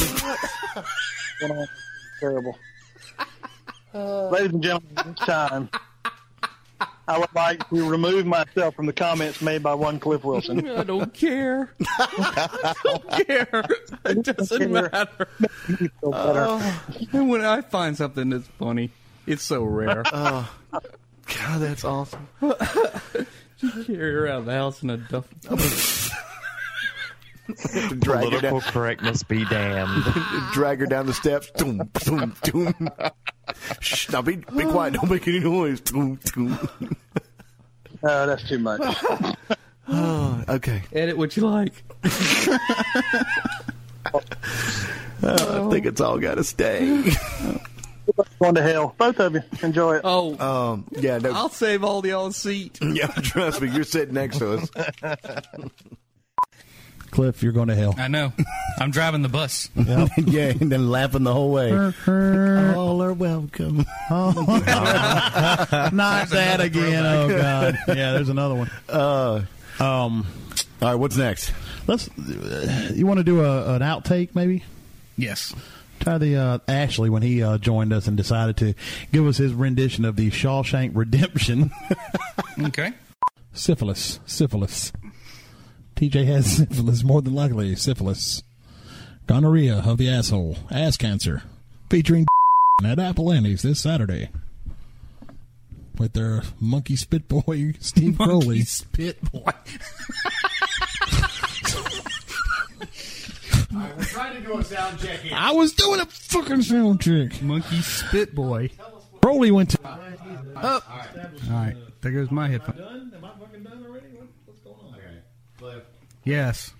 S5: God.
S14: Terrible. Ladies and gentlemen, it's time. I would like to remove myself from the comments made by one Cliff Wilson.
S5: I don't care. I don't care. It doesn't matter. Oh, and when I find something that's funny, it's so rare.
S15: Oh,
S5: God, that's awesome. Just carry around the house in a duffel.
S2: drag her
S12: Political
S2: down.
S12: correctness be damned.
S2: drag her down the steps. Doom, doom, doom. Shh, now be, be quiet. Don't make any noise. Doom, doom.
S14: Oh, that's too much.
S2: Oh, okay.
S5: Edit what you like.
S2: Uh, I think it's all got to stay.
S14: Going to hell. Both of you. Enjoy it.
S5: Oh.
S2: Um, yeah, no.
S5: I'll save all the old seat.
S2: yeah, trust me. You're sitting next to us.
S3: Cliff, you're going to hell.
S12: I know. I'm driving the bus.
S2: yeah, and then laughing the whole way. All are welcome.
S3: Not that again. Oh God. Yeah, there's another one.
S2: Uh,
S3: um.
S2: All right, what's next?
S3: Let's. uh, you want to do a, an outtake, maybe?
S12: Yes.
S3: Try the uh, Ashley when he uh, joined us and decided to give us his rendition of the Shawshank Redemption.
S12: okay.
S3: Syphilis. Syphilis. TJ has syphilis, more than likely syphilis. Gonorrhea of the asshole. Ass cancer. Featuring at Apple Annie's this Saturday. With their monkey spit boy, Steve Crowley.
S12: Spit boy.
S15: I was trying to do a sound check here.
S3: I was doing a fucking sound check.
S5: Monkey spit boy.
S3: Crowley went to.
S5: Up. All right. There goes my headphone.
S3: Am I fucking done already? What's going on?
S5: Yes.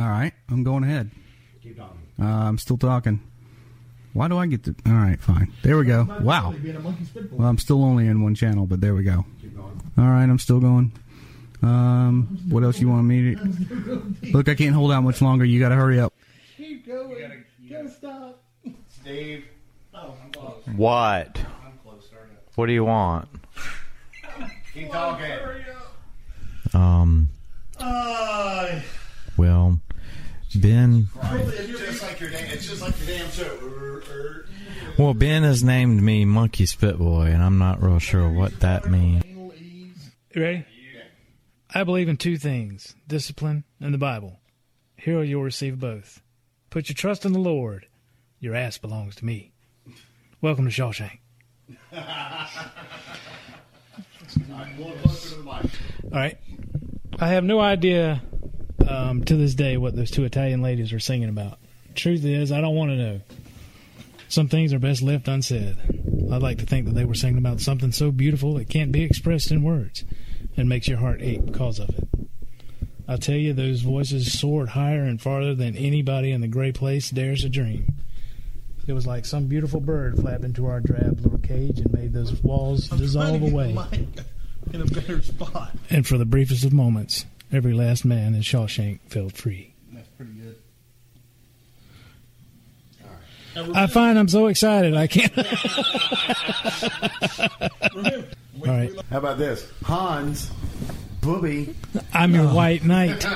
S5: All right. I'm going ahead.
S3: Keep talking.
S5: Uh, I'm still talking. Why do I get to? All right, fine. There we go. Wow. Well, I'm still only in one channel, but there we go. All right, I'm still going. Um, what else you want me to? Look, I can't hold out much longer. You got to hurry up.
S15: Keep going. Don't stop. Steve. Oh, I'm close.
S6: What? What do you want?
S15: Keep talking.
S9: Um,
S15: Uh,
S9: well, Ben.
S15: it's just like your damn. It's just like your damn show.
S9: Well, Ben has named me Monkey Spit Boy, and I'm not real sure what that means.
S16: You ready? I believe in two things discipline and the Bible. Here you'll receive both. Put your trust in the Lord. Your ass belongs to me. Welcome to Shawshank. All right. I have no idea um, to this day what those two Italian ladies are singing about. Truth is, I don't want to know. Some things are best left unsaid. I'd like to think that they were singing about something so beautiful it can't be expressed in words and makes your heart ache because of it. I tell you, those voices soared higher and farther than anybody in the gray place dares to dream. It was like some beautiful bird flapped into our drab little cage and made those walls dissolve away.
S3: In a better spot.
S16: And for the briefest of moments, every last man in Shawshank fell free.
S3: That's pretty good.
S16: I find I'm so excited I can't. All right,
S2: How about this? Hans, Booby.
S16: I'm your white knight.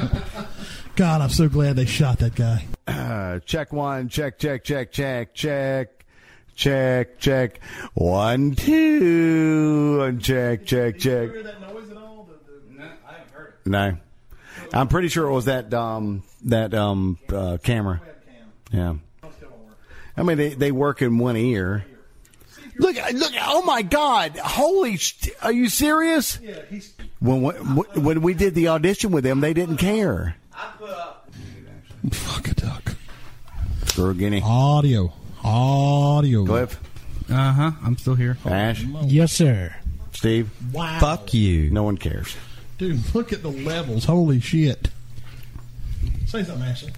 S3: God, I'm so glad they shot that guy.
S2: Uh, check one, check, check, check, check, check, check, check. One, two, and check, check, check. No, I'm pretty sure it was that um that um uh, camera. Yeah, I mean they they work in one ear. Look, look! Oh my God! Holy! Sh- are you serious? Yeah, he's... When we- when we did the audition with them, they didn't care.
S3: Fuck a duck.
S2: Screw Guinea.
S3: Audio. Audio.
S2: Cliff.
S5: Uh huh. I'm still here.
S2: Ash.
S16: Yes, sir.
S2: Steve.
S3: Wow.
S2: Fuck you. No one cares.
S3: Dude, look at the levels. Holy shit. Say something, Ashley.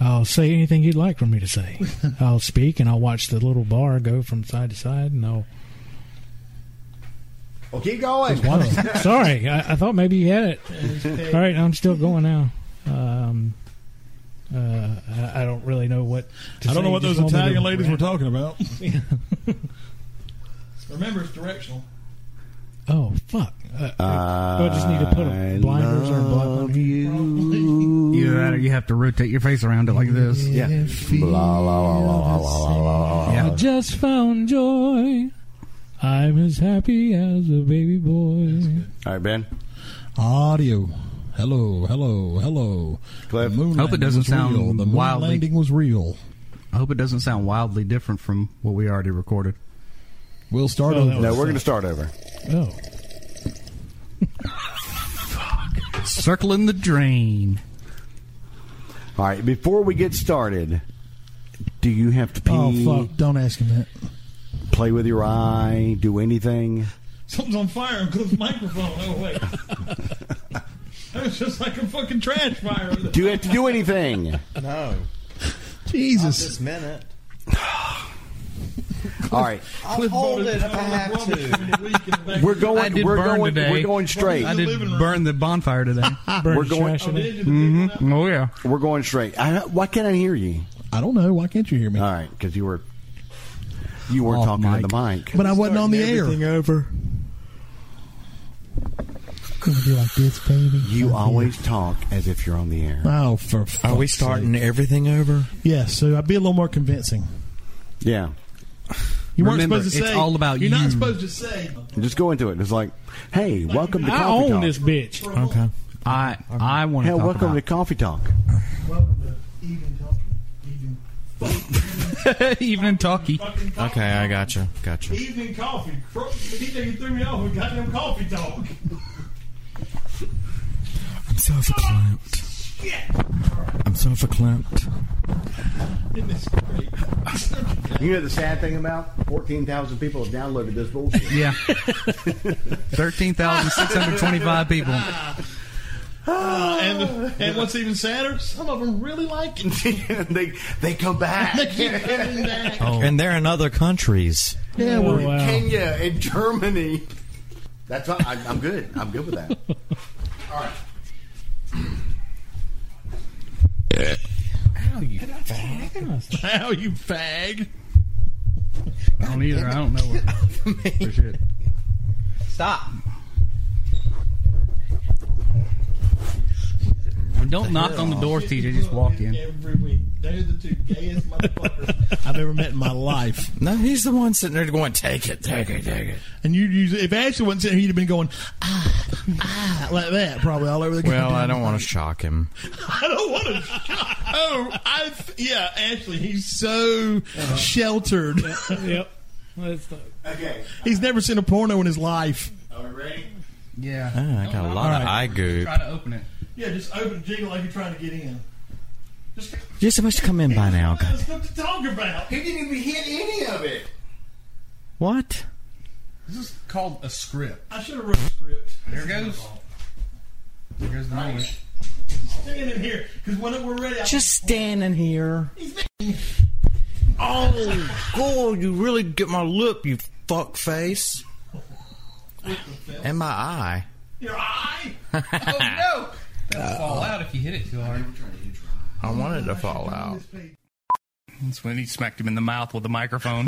S16: I'll say anything you'd like for me to say. I'll speak and I'll watch the little bar go from side to side and I'll.
S2: Well, keep going.
S16: Oh, sorry, I, I thought maybe you had it. All right, I'm still going now. Um, uh, I, I don't really know what. To
S3: I don't
S16: say.
S3: know what
S16: Just
S3: those
S16: want me to
S3: Italian ladies
S16: rap.
S3: were talking about. Remember, it's directional.
S16: Oh fuck! Uh, do I just
S6: Uh,
S16: need to put a
S5: I
S16: blinders or a black
S5: love
S16: on here? Probably.
S5: Either that or you have to rotate your face around it like this.
S16: Yeah.
S5: Blah, blah, blah, blah, blah, blah, blah, blah.
S16: I
S5: Yeah.
S16: just found joy. I'm as happy as a baby boy.
S2: All right, Ben.
S3: Audio. Hello, hello, hello.
S2: Cliff.
S3: The moon
S5: Hope it
S3: landing
S5: doesn't
S3: was
S5: sound
S3: real. The moon
S5: wildly-
S3: landing was real.
S5: I hope it doesn't sound wildly different from what we already recorded.
S3: We'll start
S5: Oh, that
S3: over.
S5: was No, we're
S2: We're going to start over.
S16: Oh.
S5: Circling the drain.
S2: All right, before we get started, do you have to pee,
S3: Oh fuck! Don't ask him that.
S2: play with your eye, do anything?
S3: Something's on fire on Cliff's microphone. Oh wait. that was just like a fucking trash fire.
S2: Do you have to do anything?
S6: No.
S3: Jesus.
S6: Not this minute.
S2: All right.
S6: I'll hold it if I have to.
S2: We're going.
S5: I did
S2: we're
S5: burn
S2: going.
S5: today.
S2: We're going straight.
S5: I did burn the bonfire today.
S2: we're going.
S5: Mhm. Oh yeah.
S2: We're going straight. I, why can't I hear you?
S3: I don't know. Why can't you hear me?
S2: All right, because you were you were
S3: Off
S2: talking on
S3: mic.
S2: the mic.
S3: But I wasn't on the air.
S2: over.
S3: Gonna be like this, baby.
S2: You always talk as if you're on the air.
S3: Oh, for
S6: Are we
S3: fuck's
S6: starting
S3: sake.
S6: everything over?
S3: Yeah, so I'd be a little more convincing.
S2: Yeah.
S3: You weren't
S2: Remember,
S3: supposed to say.
S2: it's all about
S3: You're
S2: you.
S3: not supposed to say.
S2: Just go into it. It's like, hey, welcome to
S16: I
S2: Coffee
S16: own
S2: Talk.
S16: this bitch.
S5: Okay. I I want to
S2: Hell,
S5: talk
S2: welcome
S5: about
S2: to Coffee Talk.
S5: Evening talkie.
S6: Okay, I gotcha. Gotcha.
S3: Evening coffee. Cro- He think he threw me off with goddamn coffee talk.
S9: I'm so verklempt. I'm so verklempt.
S2: You know the sad thing about fourteen thousand people have downloaded this bullshit.
S5: Yeah. 13,625 people.
S3: Uh, and, and what's even sadder, some of them really like it.
S2: they they come back.
S3: They keep coming back.
S6: And they're in other countries.
S3: Yeah,
S16: Oh,
S3: well,
S16: wow.
S2: Kenya and Germany. That's what, I, I'm good. I'm good with that. All right.
S3: now you fag.
S5: I don't either. I don't know what. for shit.
S6: Stop.
S5: Don't knock on the door, TJ. Just walk in.
S3: Every week, they're the two gayest motherfuckers I've ever met in my life.
S6: No, he's the one sitting there going, take it, take it, take it.
S3: And you, you if Ashley wasn't sitting here, you'd have been going ah, ah, like that, probably all over the.
S6: Well,
S3: goddamn
S6: I don't want to
S3: place.
S6: shock him.
S3: I don't want to. Oh, I yeah, Ashley, he's so sheltered.
S16: Yep. That's the-
S2: Okay.
S3: he's never seen a porno in his life.
S2: Are we ready?
S5: Yeah.
S6: Ah, I got a lot of eye goop.
S5: Try to open it.
S3: Yeah, just open the jiggle like you're trying to get in. Just
S6: You're supposed to come in by now. God.
S3: what to talk about.
S2: He didn't even hit any of it.
S6: What?
S5: This is called a script.
S3: I should have wrote a script.
S5: There goes. There goes the noise.
S3: Stand in here, because when we're ready, I
S6: Just standing here. Oh, God, you really get my lip, you fuck face. And my eye.
S3: your eye.
S5: Oh no! That'll fall out if you hit it too hard.
S6: I wanted to fall out.
S12: That's when he smacked him in the mouth with the microphone.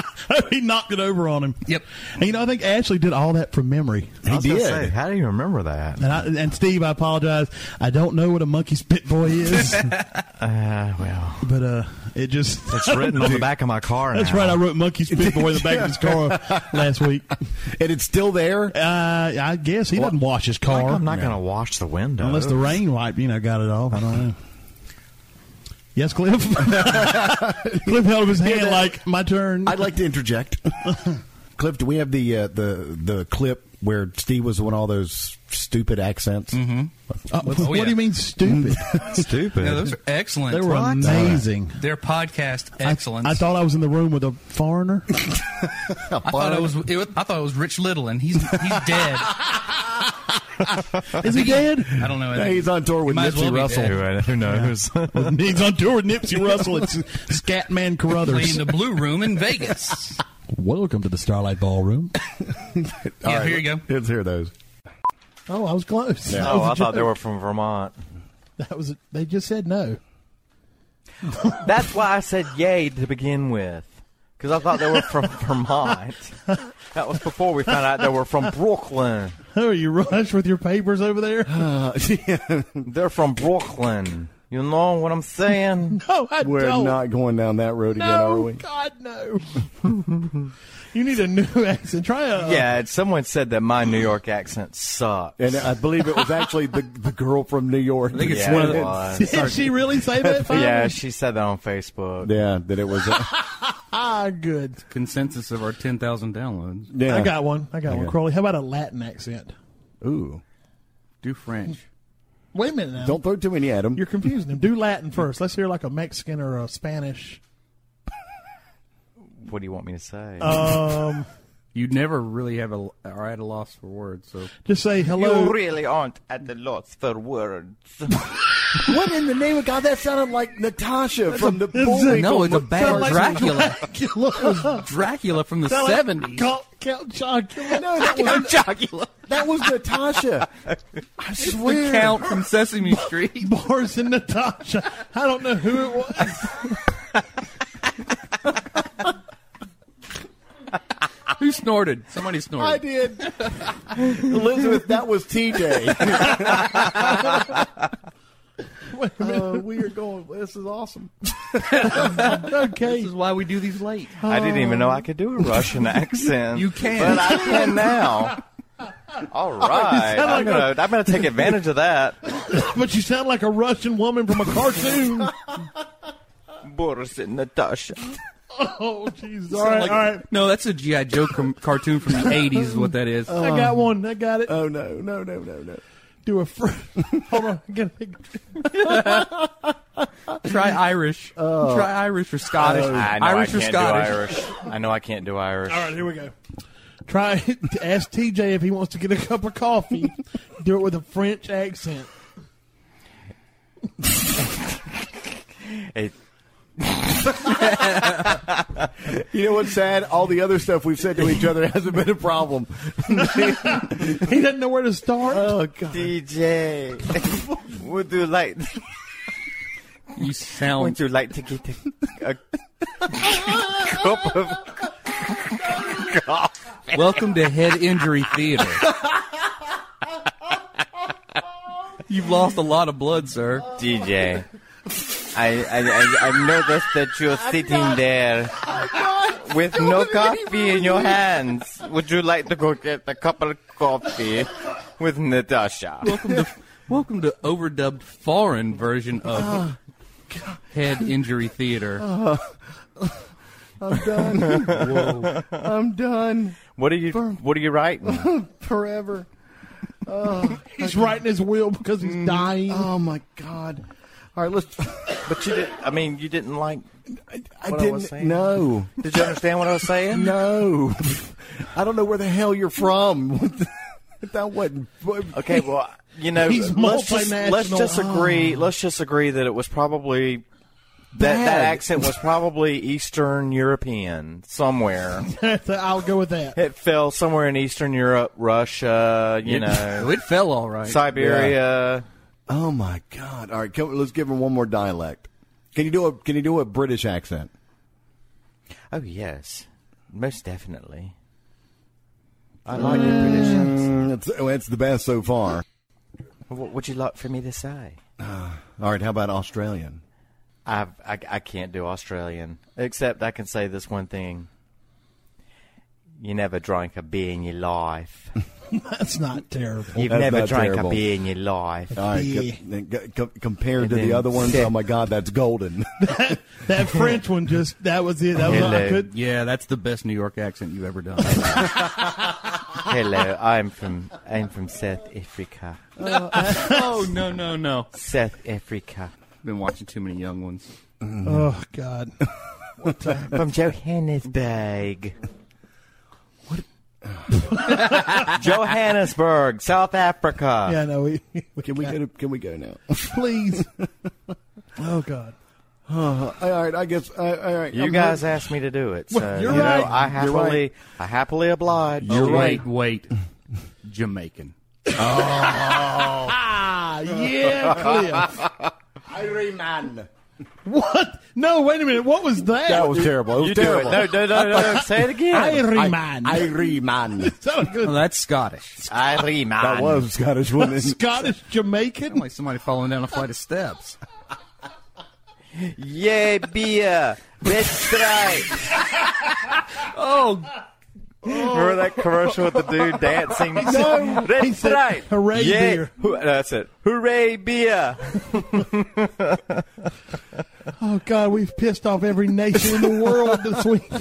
S3: he knocked it over on him.
S12: yep.
S3: And you know, I think Ashley did all that from memory.
S6: I was gonna
S2: did.
S6: say, how do you remember that?
S3: And, I, and Steve, I apologize. I don't know what a monkey spit boy is,
S6: Uh, well,
S3: but uh, it just
S6: it's written on the back of my car.
S3: That's
S6: now.
S3: right. I wrote monkey spit boy in the back of his car last week.
S2: And it's still there.
S3: Uh, I guess he doesn't wash his
S6: Like,
S3: car
S6: I'm not going to wash the window.
S3: unless the rain wipe, you know, got it off. I don't know. Yes, Cliff. Cliff held up his hand like my turn.
S2: I'd like to interject. Cliff, do we have the uh, the the clip where Steve was doing all those stupid accents? Mm-hmm.
S3: Uh, what
S12: yeah.
S3: do you mean stupid?
S6: stupid.
S12: No, those are excellent.
S3: they were amazing.
S12: Their podcast
S3: I-
S12: excellence.
S3: I, thought I was in the room with a foreigner.
S12: I thought it was. It was I thought it was Rich Little, and he's he's dead.
S3: Is he dead?
S12: I don't know.
S2: He's on tour with
S12: Might as
S2: Nipsey
S12: well be
S2: Russell.
S12: dead.
S6: Anyway, who knows?
S3: He's on tour with Nipsey Russell. It's Scatman
S12: Playing
S3: Carruthers.
S12: the Blue Room in Vegas.
S3: Welcome to the Starlight Ballroom.
S12: yeah, here you go.
S2: Let's hear those.
S3: Oh, I was close. That
S6: oh,
S3: was a
S6: I thought they
S3: joke.
S6: were from Vermont.
S3: That was. A, they just said no.
S6: That's why I said yay to begin with. because I thought they were from Vermont. That was before we found out they were from Brooklyn.
S3: Are you rushed with your papers over there?
S6: Uh, They're from Brooklyn. You know what I'm saying?
S3: No, Oh, I
S2: We're
S3: don't.
S2: not going down that road again, are we?
S3: God, no. you need a new accent. Try a.
S6: Yeah, someone said that my New York accent sucks.
S2: And I believe it was actually the the girl from New York.
S6: I think it's
S2: Yeah,
S6: one of
S2: it
S6: the-
S2: was.
S6: Did Sorry. she
S3: really say that, finally?
S6: Yeah, she said that on Facebook.
S2: Yeah, that it was. uh,
S3: Ah, good.
S12: Consensus of our 10,000 downloads.
S3: I got one. I got one.
S12: Okay.
S3: Crowley, how about a Latin accent?
S2: Ooh.
S12: Do French.
S3: Wait a minute now.
S2: Don't throw too many at him.
S3: You're confusing him. Do Latin first. Let's hear like a Mexican or a Spanish.
S6: What do you want me to say?
S3: Um,
S12: you never really have a are at a loss for words. So
S3: Just say hello.
S6: You really aren't at the loss for words.
S2: What in the name of God? That sounded like Natasha from the
S12: it's
S2: boy.
S12: a- No, it's a bad Dracula.
S3: Dracula.
S12: Dracula from the
S2: Sound like
S12: 70s.
S3: Count, Count Chocula.
S2: No, that
S12: Count
S2: was
S12: Chocula.
S2: That was Natasha. I
S12: The
S2: swear.
S12: Count from Sesame Street.
S3: Boris and Natasha. I don't know who it was.
S12: Who snorted? Somebody snorted.
S2: I did. Elizabeth, that was TJ.
S3: Wait a minute.
S2: Uh, we are going. This is awesome.
S3: okay.
S12: This is why we do these late.
S6: I didn't even know I could do a Russian accent.
S12: You can.
S6: But I can now. All
S3: you
S6: right.
S3: sound like a-
S6: I'm going to I'm gonna take advantage of that.
S3: but you sound like a Russian woman from a cartoon.
S6: Boris and Natasha.
S3: oh, jeez. All right,
S12: Sound like-
S3: all right.
S12: No, that's a GI Joe com- cartoon from the '80s. Is what that is.
S3: I got one. I got it.
S2: Um, Oh no, no, no, no, no.
S3: Do a fr- Hold on. I gotta think.
S12: Try Irish.
S5: Oh.
S12: Try Irish or
S5: Uh,
S12: Scottish. Ah,
S6: I know
S12: Irish
S6: I can't
S12: or Scottish.
S6: do Irish. I know I can't do Irish.
S3: All right, here we go. Try to ask TJ if he wants to get a cup of coffee. Do it with a French accent.
S6: It-
S2: You know what's sad? All the other stuff we've said to each other hasn't been a problem.
S3: He doesn't know where to start.
S2: Oh God.
S6: DJ, would you like
S12: You
S6: would
S12: sound.
S6: you like to get a, a cup of coffee?
S12: Welcome to Head Injury Theater. You've lost a lot of blood, sir.
S6: DJ, I, I, I, I noticed that you're sitting there with no coffee in your hands. Would you like to go get a cup of coffee with Natasha?
S12: Welcome to welcome to overdubbed foreign version of Head Injury Theater.
S2: I'm done. I'm done
S6: What are you What are you writing?
S2: forever.
S3: He's writing his will because he's dying.
S2: Oh my God. All right, let's.
S6: But you did. I mean, you didn't like.
S2: I
S6: What I
S2: didn't.
S6: was saying.
S2: no,
S6: Did you understand what I was saying?
S2: no. I don't know where the hell you're from. What the- that wasn't.
S6: Okay, well, you know,
S3: He's
S6: let's just, let's
S3: multinational.
S6: just agree. Let's just agree that it was probably that that
S2: Bad.
S6: accent was probably Eastern European somewhere.
S3: I'll go with that.
S6: It fell somewhere in Eastern Europe, Russia, you know,
S12: it fell all right.
S6: Siberia.
S2: Oh my God! All right, come, let's give him one more dialect. Can you do a Can you do a British accent?
S6: Oh yes, most definitely. I like the British accent.
S2: Mm, it's, well, it's the best so far.
S6: What would you like for me to say?
S2: All right, how about Australian?
S6: I've, I I can't do Australian except I can say this one thing. You never drank a beer in your life.
S3: That's not terrible.
S6: You've
S2: That's
S6: never
S2: not
S6: drank
S2: terrible.
S6: a beer in your life.
S2: All right,
S3: Yeah.
S2: co- co- compared
S6: And
S2: to
S6: then
S2: the other ones,
S6: sit.
S2: oh my God, that's golden.
S3: That French one just that was it. That was all I
S6: Hello.
S3: could.
S12: Yeah, that's the best New York accent you've ever done.
S6: Hello, I'm from I'm from South Africa.
S12: oh no, no, no!
S6: South Africa.
S12: Been watching too many young ones.
S3: Oh God.
S6: From Johannesburg. What? Johannesburg, South Africa.
S3: Yeah, no. We,
S2: can we go? To, can we go now?
S3: please? oh God.
S2: Uh, all right, I guess. Uh, all right,
S6: You
S2: I'm
S6: guys asked me to do it, so
S3: you're
S6: you
S3: right.
S6: know I
S2: You're right.
S6: happily I happily oblige.
S12: You're right. Oh, Wait, Jamaican.
S3: Ah, yeah, Cliff.
S2: Irie man.
S3: What? No, wait a minute. What was that?
S15: That was terrible. It was
S3: You do it.
S15: terrible.
S3: No, no, no, no, no. Say it again. Irishman.
S15: I, Irishman.
S5: Well, oh, that's Scottish.
S6: Irishman.
S15: That was Scottish, wasn't it?
S3: Scottish Jamaican.
S5: like somebody falling down a flight of steps.
S6: Yay, beer. Let's try.
S3: oh.
S6: Remember that commercial with the dude dancing?
S3: No. He
S6: That's
S3: said,
S6: right.
S3: "Hooray,
S6: Yay."
S3: beer.
S6: Hoo- uh, That's it. Hooray, beer.
S3: Oh God, we've pissed off every nation in the world this week.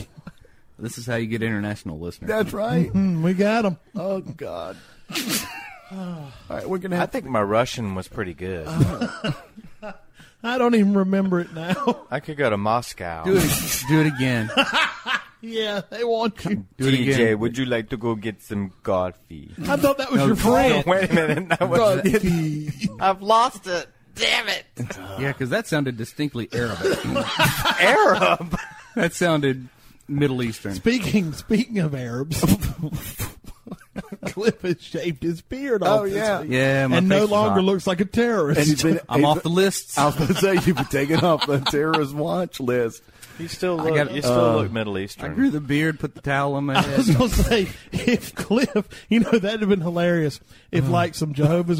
S1: This is how you get international listeners.
S15: That's right.
S3: Mhm, we got them.
S15: Oh God. All right, we're gonna
S6: I
S15: have.
S6: think my Russian was pretty good.
S3: I don't even remember it now.
S6: I could go to Moscow.
S3: Do
S1: it, do it again.
S3: yeah, they want you.
S1: Do it
S6: DJ,
S1: again.
S6: would you like to go get some coffee?
S3: I thought that was your friend.
S6: Wait a minute. That was I've lost it. Damn it.
S1: Yeah, because that sounded distinctly Arabic.
S6: Arab.
S1: That sounded Middle Eastern.
S3: Speaking speaking of Arabs, Cliff has shaved his beard off.
S15: Oh,
S3: this
S15: yeah.
S3: week.
S1: Yeah, my
S3: and no
S1: face is
S3: longer
S1: hot.
S3: looks like a terrorist.
S15: And he's been-
S1: I'm off the lists.
S15: I was going to say you've been taken off the terrorist watch list.
S6: You still
S1: I
S6: look.
S1: got-
S6: you still
S1: uh,
S6: look Middle
S1: I
S6: Eastern.
S1: grew the beard, put the towel on my
S3: I was
S1: head.
S3: gonna say if Cliff, you know, that'd have been hilarious if
S15: Uh.
S3: like some Jehovah's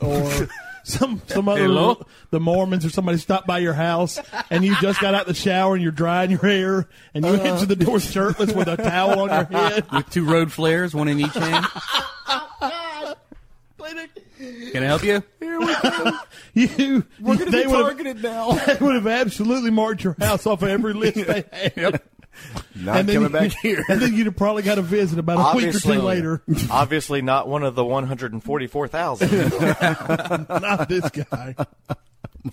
S3: or some some other
S12: Hello?
S3: the Mormons or somebody stopped by your house and you just got out the shower and you're drying your hair and you
S15: Uh.
S3: answer the door shirtless with a towel on your head.
S1: With two road flares, one in each hand. Can I help you?
S3: You,
S15: We're going to
S3: they
S15: be
S3: would have,
S15: targeted now.
S3: they would have absolutely marked your house off of every list they had.
S15: Not
S3: and then
S15: coming back
S3: you-
S15: here.
S3: And then you'd have probably got a visit about a
S6: obviously,
S3: week or two later.
S6: obviously not one of the one hundred and forty-four thousand.
S3: Not this guy.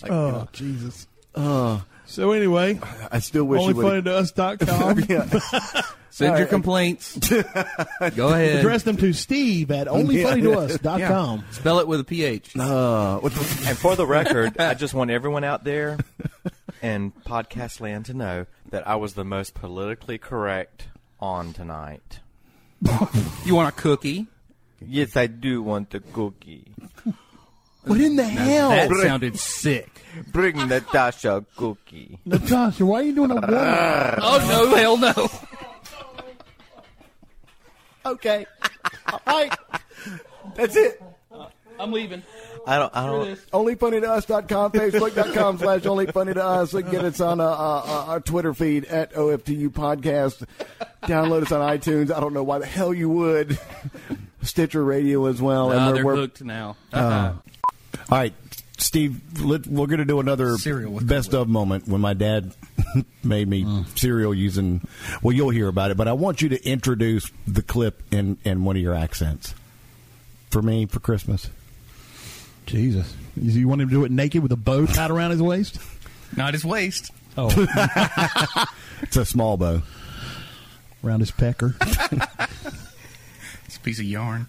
S3: oh, Jesus.
S15: Oh.
S3: so anyway,
S15: I still wish you would.
S3: onlyfunnytous.com.
S1: Send your complaints. Go ahead.
S3: Address them to Steve at onlyfunnytous.com.
S1: Yeah.
S3: com.
S1: Spell it with a PH.
S15: Uh, what the,
S6: and for the record, I just want everyone out there in podcast land to know that I was the most politically correct on tonight.
S1: You want a cookie?
S6: Yes, I do want the cookie.
S3: What in the hell?
S1: That sounded sick.
S6: Bring Natasha cookie.
S3: Natasha, why are you doing a woman?
S1: Oh no, hell no.
S15: okay. All right. That's it.
S12: I'm leaving.
S6: I don't. I don't.
S15: OnlyFunnyToUs.com, Facebook.com slash OnlyFunnyToUs. And get us on uh, uh, uh, our Twitter feed at OFTU Podcast. Download us on iTunes. I don't know why the hell you would. Stitcher Radio as well.
S12: Ah,
S1: Uh,
S15: and
S12: they're
S15: we're, we're,
S12: hooked now.
S2: All right, Steve, let, we're going to do another
S5: Cereal with
S2: best of moment when my dad made me
S3: Mm.
S2: cereal using. Well, you'll hear about it, but I want you to introduce the clip in, in one of your accents for me for Christmas.
S3: Jesus. You want him to do it naked with a bow tied around his waist?
S1: Not his waist.
S3: Oh,
S2: It's a small bow.
S3: around his pecker.
S5: It's a piece of yarn.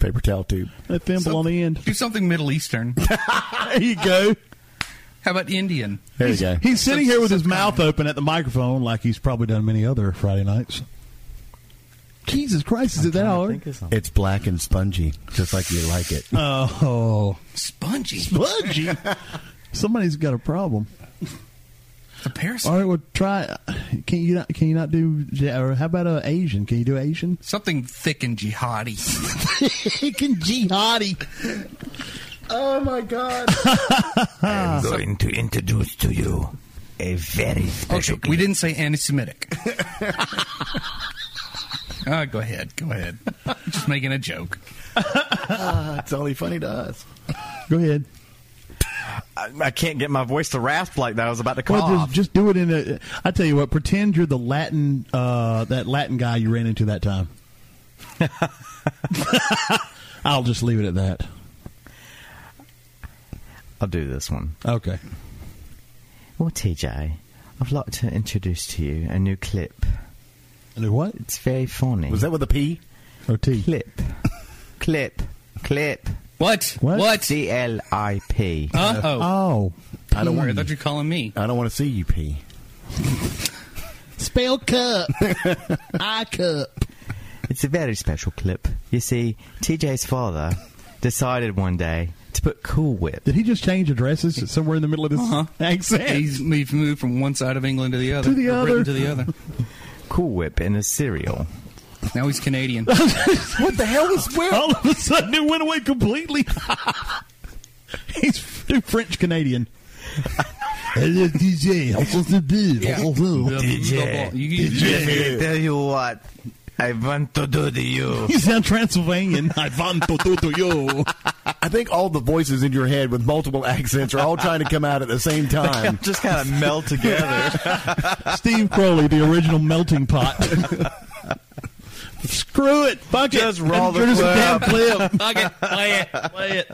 S2: Paper towel tube.
S3: That thimble on the end.
S5: Do something Middle Eastern.
S3: There you go.
S5: How about Indian?
S2: There you go.
S3: He's sitting here with his mouth open at the microphone like he's probably done many other Friday nights. Jesus Christ, is it that hard?
S2: It's black and spongy, just like you like it.
S3: Oh,
S5: Spongy.
S3: spongy. Somebody's got a problem.
S5: It's a parasite.
S3: All right, well, try. Can you not? Can you not do? Or how about uh, Asian? Can you do Asian?
S5: Something thick and jihadi.
S3: Chicken jihadi.
S15: Oh, my God.
S10: I'm going to introduce to you a very special.
S5: we didn't say anti-Semitic. Ah, go ahead. Go ahead. Just making a joke.
S15: That's only funny to us.
S3: Go ahead.
S6: I, I can't get my voice to rasp like that. I was about to cough.
S3: Well, just, just do it in a. I tell you what. Pretend you're the Latin. Uh, that Latin guy you ran into that time. I'll just leave it at that.
S9: I'll do this one.
S3: Okay.
S9: Well, TJ, I'd like to introduce to you a new clip.
S3: And what?
S9: It's very funny.
S2: Was that with a P?
S3: Or T.
S9: clip? clip. Clip.
S1: What?
S3: What?
S9: C L I P.
S1: Uh oh.
S3: Oh.
S1: I don't worry. I thought you were calling me.
S2: I don't want to see you pee.
S3: Spell cup. I cup.
S9: It's a very special clip. You see, TJ's father decided one day
S3: to put Cool Whip. Did he just change addresses somewhere in the middle of this
S15: Uh-huh.
S3: accent?
S12: He's, he's moved from one side of England to the other.
S3: To the
S12: or Britain
S3: other.
S12: To the other.
S6: Cool Whip in a cereal.
S12: Now he's Canadian.
S3: what the hell was where? All of a sudden, it went away completely. He's f- French Canadian. DJ,
S6: I tell you what, I want to do to you.
S3: You sound Transylvanian. I want to do to you.
S2: I think all the voices in your head with multiple accents are all trying to come out at the same time.
S6: just kind of meld together.
S3: Steve Crowley, the original melting pot. Screw it. Fuck
S12: Just
S3: it.
S12: roll the
S3: Here's a damn
S12: clip.
S3: clip.
S12: Fuck it. Play it. Play it.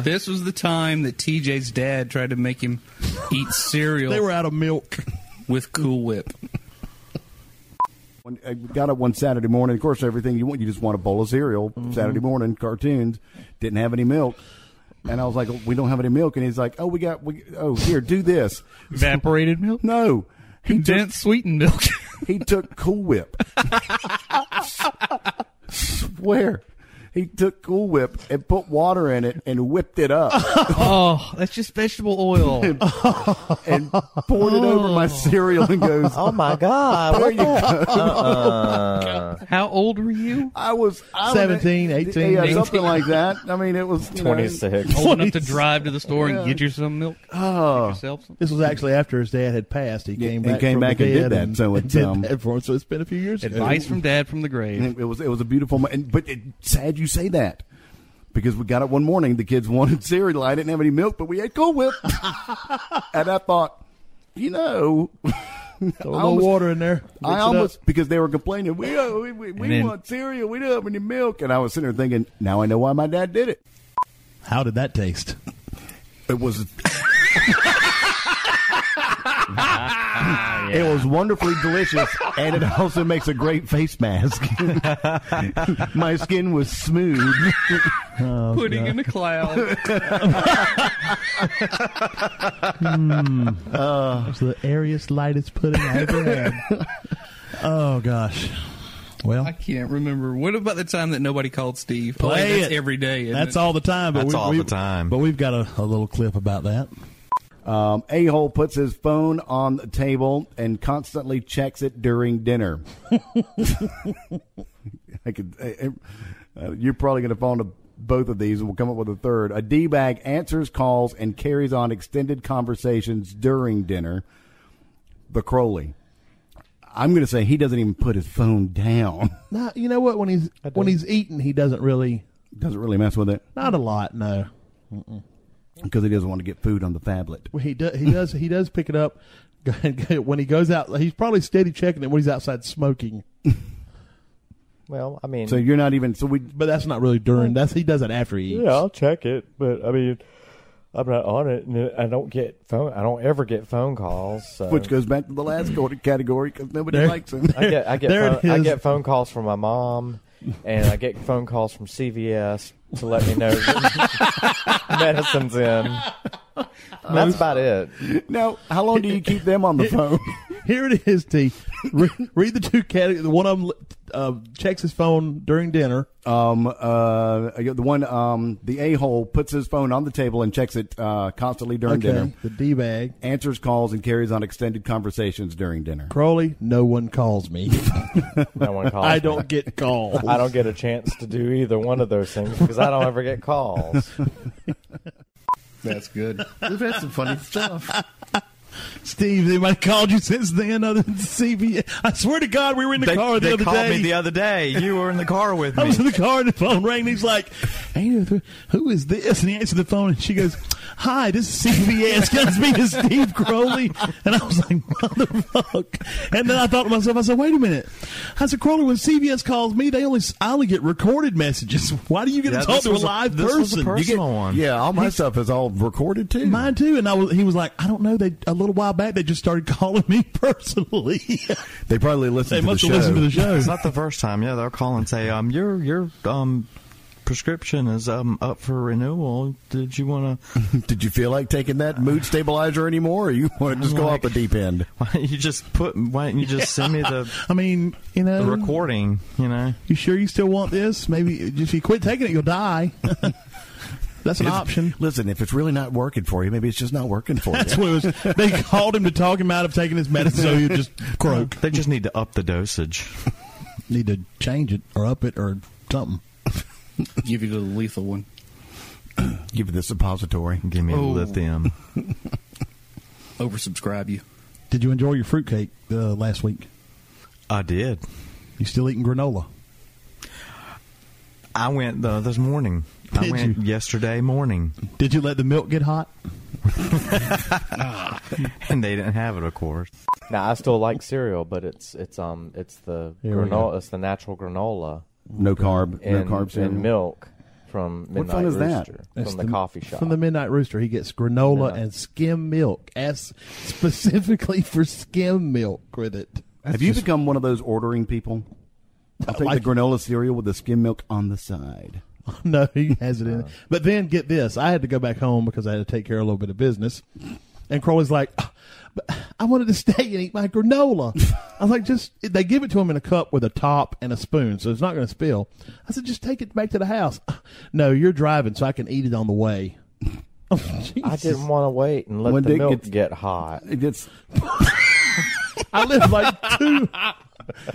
S12: This was the time that TJ's dad tried to make him eat cereal.
S3: They were out of milk.
S12: With Cool Whip.
S2: When I got up one Saturday morning. Of course, everything you want, you just want a bowl of cereal. Saturday morning, cartoons didn't have any milk, and I was like, "We don't have any milk." And he's like, "Oh, we got. We, oh, here, do this."
S12: Evaporated milk?
S2: No,
S12: condensed sweetened milk.
S2: he took Cool Whip. Swear, he took Cool Whip and put water in it and whipped it up.
S4: Oh, that's just vegetable oil.
S2: and, and poured it over my cereal and goes,
S6: "Oh my god,
S2: there
S6: what
S2: you
S6: the-
S2: go."
S6: Uh-uh.
S12: How old were you?
S2: I was I was-
S12: 17, 18,
S2: yeah,
S12: 19.
S2: something like that. I mean, it was you know,
S12: Old enough to drive to the store and get you some milk.
S2: Oh.
S12: yourself some-
S3: This was actually after his dad had passed. He came
S2: he
S3: back,
S2: came
S3: from
S2: back
S3: the
S2: and did
S3: dead
S2: that, so
S3: and
S2: it's,
S3: did
S2: um,
S3: that for him. So it's been a few years. ago.
S12: Advice from dad from the grave.
S2: And it was it was a beautiful, mo- and, but it, sad you say that because we got up one morning. The kids wanted cereal. I didn't have any milk, but we had Cool Whip, and I thought, you know,
S3: Throw a little water in there. Mix it
S2: I
S3: up.
S2: almost because they were complaining. We uh, we, we, we
S3: And then-
S2: want cereal. We don't have any milk, and I was sitting there thinking, now I know why my dad did it.
S3: How did that taste?
S2: It was It was wonderfully delicious, and it also makes a great face mask. My skin was smooth.
S12: Pudding in a cloud.
S3: It's the airiest, lightest pudding I ever had. oh gosh. Well,
S12: I can't remember. What about the time that nobody called Steve? Oh,
S3: Play
S12: that's
S3: it.
S12: every day, isn't
S3: That's
S12: it?
S3: all the time. But
S12: That's
S3: we,
S12: all
S3: we-
S12: the
S6: time.
S3: But we've got a, a little clip about that.
S2: Um, a hole puts his phone on the table and constantly checks it during dinner. I could. I- I- uh, you're probably going to fall into both of these, and we'll come up with a third. A d bag answers calls and carries on extended conversations during dinner. The Crowley. I'm going to say he doesn't even put his phone down.
S3: Nah, you know what? When he's when he's eating, he doesn't really
S2: Doesn't really mess with it
S3: not a lot. No,
S2: because he doesn't want to get food on the phablet.
S3: Well, he does. He does. he does pick it up when he goes out. He's probably steady checking it when he's outside smoking.
S6: Well, I mean,
S2: So you're not even. So we.
S3: But that's not really during. That's he does it after he eats.
S6: yeah, I'll check it, but I mean, I'm not on it, and I don't get phone. I don't ever get phone calls. So.
S2: Which goes back to the last category because nobody
S6: There-
S2: likes him.
S6: I get I get
S2: There it
S6: phone, I
S2: is.
S6: get phone calls from my mom, and I get phone calls from CVS to let me know that medicine's in. That's about it.
S2: Now, how long do you keep them on the phone?
S3: Here it is, T. Re- read the two categories. One of them uh, checks his phone during dinner.
S2: Um, uh, the one, um, the a hole puts his phone on the table and checks it uh, constantly during
S3: Okay,
S2: dinner.
S3: The d bag
S2: Answers calls and carries on extended conversations during dinner.
S3: Crowley. No one calls me.
S6: No one calls.
S3: I
S6: me.
S3: don't get calls.
S6: I don't get a chance to do either one of those things because I don't ever get calls.
S1: That's good. We've had some funny stuff.
S3: Steve, anybody called you since then other than CVS? I swear to God, we were in the
S6: They-
S3: car the
S6: they
S3: other
S6: called
S3: day.
S6: me Oh, the other day. You were in the car with
S3: I was in
S6: me.
S3: the car and the phone rang and he's like, hey, who is this? And he answered the phone and she goes, hi, this is CVS. Can I speak to Steve Crowley? And I was like, motherfuck. And then I thought to myself, I said, wait a minute. I said, Crowley, when CVS calls me, they only, I only get recorded messages. Why do you get
S2: Yeah,
S3: to talk
S2: this
S3: to a
S2: was a-
S3: live
S2: this was a
S3: person?
S2: personal
S3: you get,
S2: one. Yeah, all my
S3: He-
S2: stuff is all recorded too.
S3: Mine too, and I was. He was like, "I don't know." They a little while back, they just started calling me personally.
S2: They probably listen
S3: They must have listened to the show.
S6: It's not the first time. Yeah, they'll call and say, "Um, your your um prescription is um up for renewal. Did you want to?
S2: Did you feel like taking that mood stabilizer anymore, or you want to just go off the deep end?
S6: Why don't you just put? Why don't you just send me the
S3: I mean, you know,
S6: the recording? You know,
S3: You sure you still want this? Maybe if you quit taking it, you'll die. That's an option.
S2: Listen, if it's really not working for you, maybe it's just not working for
S3: That's
S2: you.
S3: what it was. They called him to talk him out of taking his medicine, so he would just croak.
S6: They just need to up the dosage.
S3: Need to change it or up it or something.
S12: Give you the lethal one.
S2: Give this suppository.
S6: Give me
S3: Oh.
S6: lithium.
S12: Oversubscribe you.
S3: Did you enjoy your fruitcake uh, last week?
S6: I did.
S3: You still eating granola?
S6: I went uh, this morning. I
S3: Did
S6: went yesterday morning,
S3: Did you let the milk get hot?
S6: and they didn't have it, of course. Now I still like cereal, but it's it's um it's the
S2: Here we go.
S6: granola, it's the natural granola.
S2: No carb, no
S6: and,
S2: carb cereal.
S6: and milk from
S2: What
S6: Midnight
S2: fun is that?
S6: Rooster from the, coffee shop.
S3: From the Midnight Rooster, he gets granola and skim milk. Asked specifically for skim milk with it.
S2: Have you become one of those ordering people? I'll take the granola cereal with the skim milk on the side.
S3: no, he has it
S12: Uh-huh.
S3: in. But then get this: I had to go back home because I had to take care of a little bit of business. And Crowley's like, "Ah, but I wanted to stay and eat my granola. I was like, just they give it to him in a cup with a top and a spoon, so it's not going to spill. I said, just take it back to the house. "Ah, No, you're driving, so I can eat it on the way. Oh,
S6: I didn't want to wait and let
S3: When
S6: the
S3: it
S6: milk
S3: gets-
S6: get hot.
S2: It gets.
S3: I live like two. I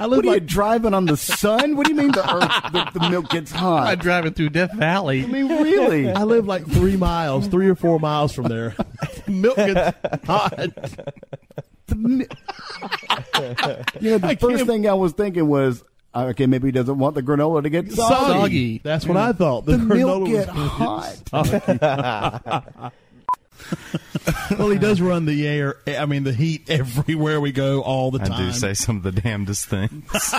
S2: live what are you driving on the sun? What do you mean the earth, the, the milk gets hot?
S12: I'm driving through Death Valley.
S2: I mean, really?
S3: I live like three miles, three or four miles from there. Milk gets hot.
S2: You know, the first thing I was thinking was, uh, okay, maybe he doesn't want the granola to get soggy.
S3: That's what I thought. The,
S2: The
S3: granola
S2: milk get
S3: was
S2: hot.
S3: well, he does run the air. I mean, the heat everywhere we go, all the
S6: I do
S3: time.
S6: say some of the damnedest things.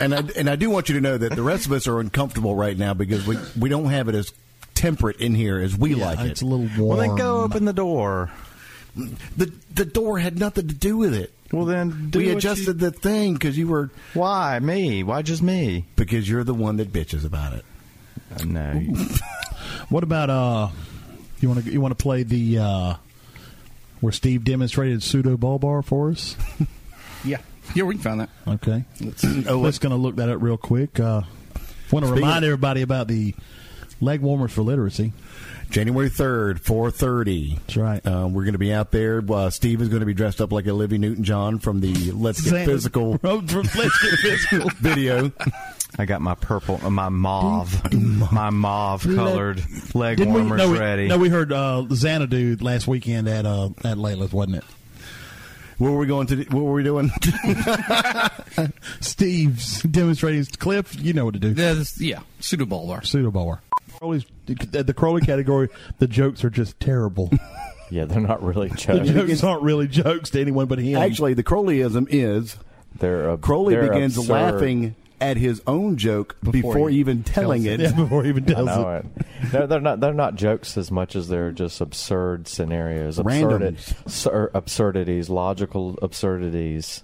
S2: and I and I do want you to know that the rest of us are uncomfortable right now because we we don't have it as temperate in here as we like it.
S3: it's a little
S6: Well, then go open the door.
S2: The the door had nothing to do with it.
S6: Well, then do
S2: we
S6: what
S2: adjusted the thing because you were
S6: why me? Why just me? Uh,
S2: Because you're the one that bitches about it.
S6: I know.
S3: What about uh? You want to you want to play the uh, where Steve demonstrated pseudo bulbar for us?
S12: Yeah. Yeah, we can find that.
S3: Okay.
S12: Let's,
S3: oh, just going to look that up real quick. Uh, want to
S2: Speaking
S3: remind
S2: of-
S3: everybody about the leg warmers for literacy.
S2: January third, four thirty.
S3: That's right.
S2: Um, we're going to be out there. Uh, Steve is going to be dressed up like Olivia Newton John from the Let's Get
S3: Sam-
S2: Physical
S3: Let's get physical.
S2: video.
S6: I got my purple, uh, my mauve, my mauve colored leg
S3: Didn't we-
S6: warmers
S3: no, we,
S6: ready.
S3: No, we heard uh, Xanadu last weekend at uh, at Layla's, wasn't it?
S2: What were we going to? do- What were we doing?
S3: Steve's demonstrating his clip. You know what to do.
S12: There's, yeah, pseudo bulbar.
S3: Pseudo bar. Crowley's, the the Crowley category, the jokes are just terrible.
S6: yeah, they're not really
S3: The
S6: jokes.
S3: jokes aren't really jokes to anyone but him.
S2: Actually, the Crowleyism is
S6: They're ab-
S2: Crowley
S6: they're
S2: begins
S6: absurd.
S2: laughing at his own joke before,
S6: he
S2: even telling it.
S6: tells it. Yeah,
S3: before he even
S6: I know it. No, they're not. They're not jokes as much as they're just absurd scenarios, absurd,
S2: Randoms.
S6: absurd absurdities, logical absurdities.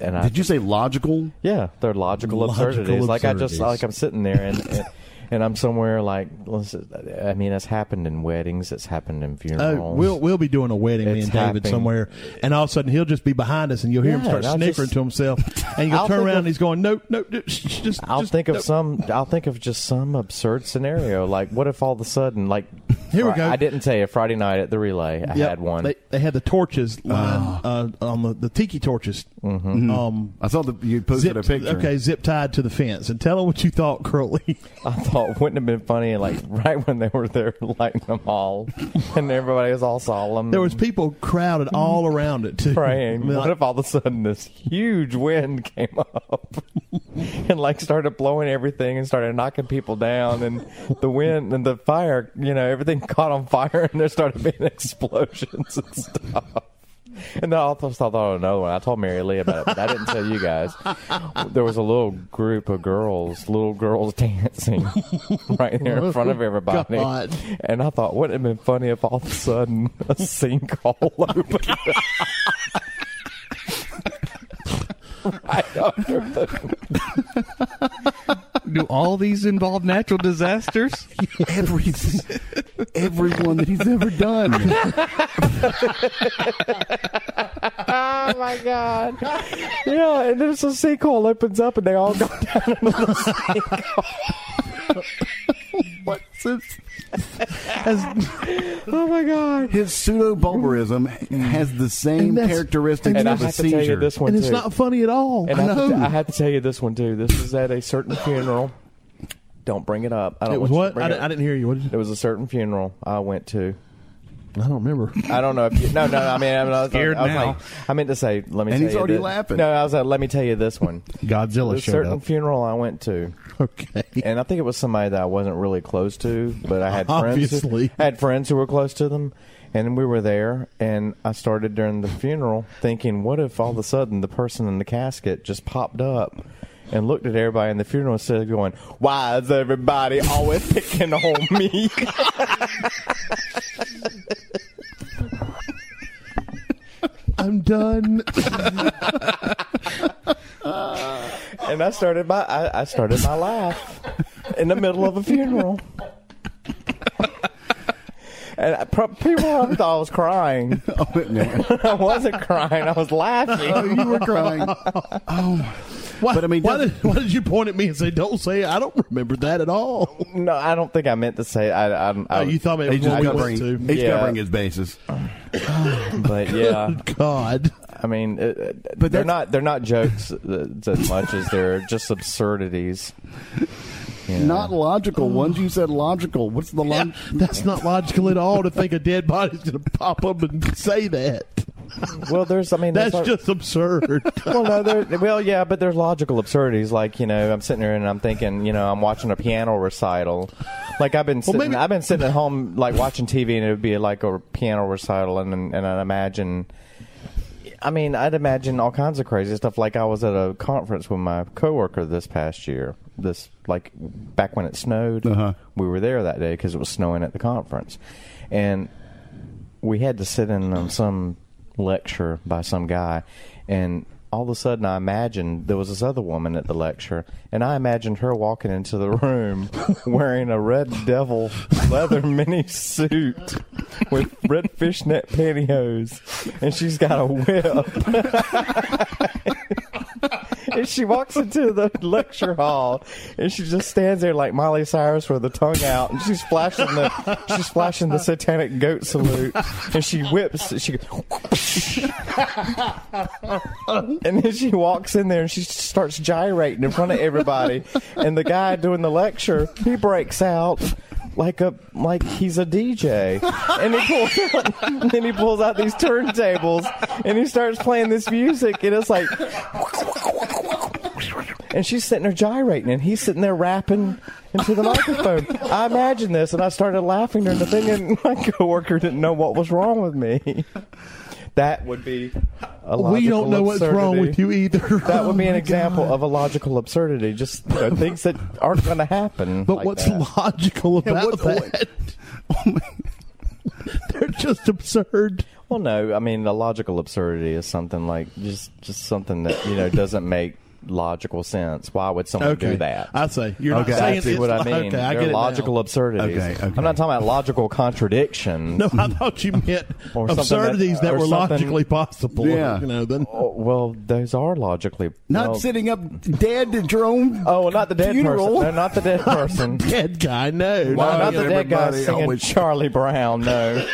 S6: And I,
S2: Did you say logical?
S6: Yeah, they're logical,
S2: Logical
S6: absurdities. Like I just
S2: absurdities.
S6: like I'm sitting there and. and And I'm somewhere like, listen, I mean, it's happened in weddings. It's happened in funerals.
S3: Oh, we'll we'll be doing a wedding, me
S6: It's
S3: and David
S6: happening.
S3: somewhere, and all of a sudden he'll just be behind us, and you'll hear
S6: Yeah,
S3: him
S6: and I'll
S3: start snickering
S6: just-
S3: to himself, and you'll
S6: I'll
S3: turn
S6: think
S3: around,
S6: of-
S3: and he's going, "Nope, nope, just, just
S6: I'll
S3: just-
S6: think of
S3: nope."
S6: some. I'll think of just some absurd scenario. Like, what if all of a sudden, like,
S3: Here we
S6: Fri-
S3: go.
S6: I didn't tell you Friday night at the relay. I
S3: Yep.
S6: had one. Ah.
S3: They, they had the torches line uh, on the, the tiki torches. Mm-hmm. Um,
S2: I saw that you posted
S3: zipped-
S2: a picture.
S3: Okay, zip tied to the fence, and tell them what you thought, Crowley.
S6: I thought wouldn't have been funny. Like right when they were there lighting them all, and everybody was all solemn.
S3: there was people crowded all around it too.
S6: praying.
S3: I mean,
S6: what if all of a sudden this huge wind came up and like started blowing everything and started knocking people down and the wind and the fire, you know, everything caught on fire and there started being explosions and stuff. And then I also thought of another one. I told Mary Lee about it, but I didn't tell you guys. There was a little group of girls, little girls dancing right there in front of everybody.
S3: God.
S6: And I thought, wouldn't it have been funny if all of a sudden a sinkhole opened up? right under the
S12: Do all these involve natural disasters?
S2: Every, everyone that he's ever done.
S6: Oh my god! Yeah, and there's a sinkhole opens up, and they all go down into the sinkhole.
S2: What?
S15: oh my god! His pseudo bulbarism has the same
S14: And that's-
S15: characteristics
S6: and I
S15: of a
S6: have to tell you
S15: seizure.
S6: this one And it's too. not
S3: funny at all.
S6: And I, have to, I have to tell you this one too. This is at a certain funeral. Don't bring it up. I don't
S3: It was what?
S6: want you to bring
S3: I
S6: it
S3: di-
S6: up.
S3: I didn't hear you. What did you?
S6: It was a certain funeral I went to.
S3: I don't remember.
S6: I don't know if you. No, no. I mean, I, mean, I was,
S3: Scared
S6: I was
S3: now.
S6: like, I meant to say. Let me.
S3: And
S6: tell
S3: he's
S6: you
S3: already
S6: this-
S3: laughing.
S6: No, I was like, let me tell you this one.
S3: Godzilla
S6: There's a
S3: showed
S6: certain
S3: up.
S6: funeral I went to.
S3: Okay.
S6: And I think it was somebody that I wasn't really close to, but I had
S3: Obviously.
S6: friends. I had friends who were close to them, and we were there. And I started during the funeral thinking, what if all of a sudden the person in the casket just popped up? And looked at everybody in the funeral instead of going, Why is everybody always picking on me?
S3: I'm done.
S6: and I started my I, I started my laugh in the middle of a funeral. And I, pro- people probably thought I was crying.
S15: Oh,
S6: I wasn't crying. I was laughing.
S3: Oh, you were crying.
S6: Oh,
S3: Why, why, did, why did you point at me and say, "Don't say it"? I don't remember that at all.
S6: No, I don't think I meant to say. I, I, I,
S3: Oh, you thought it was what we went to. He's covering
S6: his bases. but yeah,
S3: God.
S6: I mean, it, it, they're not they're not jokes th- as much as they're just absurdities. Yeah.
S15: Not logical ones. You said logical. What's the log-
S3: That's not logical at all to think a dead body's going to pop up and say that.
S6: Well, there's. I mean,
S3: that's,
S6: that's our-
S3: just absurd.
S6: well, no, there, well, yeah, but there's logical absurdities. Like, you know, I'm sitting here and I'm thinking, you know, I'm watching a piano recital. Like I've been sitting, I've been sitting at home like watching TV, and it would be like a piano recital, and and I'd imagine. I mean, I'd imagine all kinds of crazy stuff. Like I was at a conference with my coworker this past year. This like back when it snowed, we were there that day because it was snowing at the conference, and we had to sit in on some lecture by some guy, and all of a sudden I imagined there was this other woman at the lecture, and I imagined her walking into the room wearing a red devil leather mini suit with red fishnet pantyhose, and she's got a whip. and she walks into the lecture hall and she just stands there like Miley Cyrus with her tongue out and she's flashing the she's flashing the satanic goat salute and she whips she goes, and then she walks in there and she starts gyrating in front of everybody and the guy doing the lecture he breaks out like a like he's a DJ and he pulls out, and then he pulls out these turntables and he starts playing this music and it's like and she's sitting there gyrating, and he's sitting there rapping into the microphone. I imagined this, and I started laughing during the thing, and my coworker didn't know what was wrong with me. That would be a
S3: We don't
S6: logical
S3: know what's wrong
S6: absurdity.
S3: with you either.
S6: That would be
S3: Oh
S6: an
S3: my
S6: example of a logical absurdity, just you know, things that aren't going to happen.
S3: But
S6: like
S3: what's
S6: that.
S3: logical
S6: Yeah,
S3: about
S6: what-
S3: that? Oh, They're just absurd.
S6: Well, no, I mean the logical absurdity is something like just just something that you know doesn't make logical sense. Why would someone
S3: Okay.
S6: do that?
S3: I say. You're not
S6: okay,
S3: saying
S6: that's
S3: it's
S6: what I
S3: lo-
S6: mean.
S3: okay, I
S6: They're
S3: get it now.
S6: logical absurdities.
S3: Okay, okay.
S6: I'm not talking about logical contradictions.
S3: No, I thought you meant
S6: Or something
S3: absurdities that,
S6: or
S3: were
S6: something-
S3: logically possible.
S6: Yeah.
S3: You know, then
S6: Oh, well, those are logically
S15: Not
S6: well,
S15: sitting up dead at your own.
S6: Oh, not the dead
S15: funeral.
S6: person. No, not the dead person.
S3: dead guy, no.
S6: Why
S3: no,
S6: not the dead guy
S3: everybody
S6: singing
S3: always-
S6: Charlie Brown? No.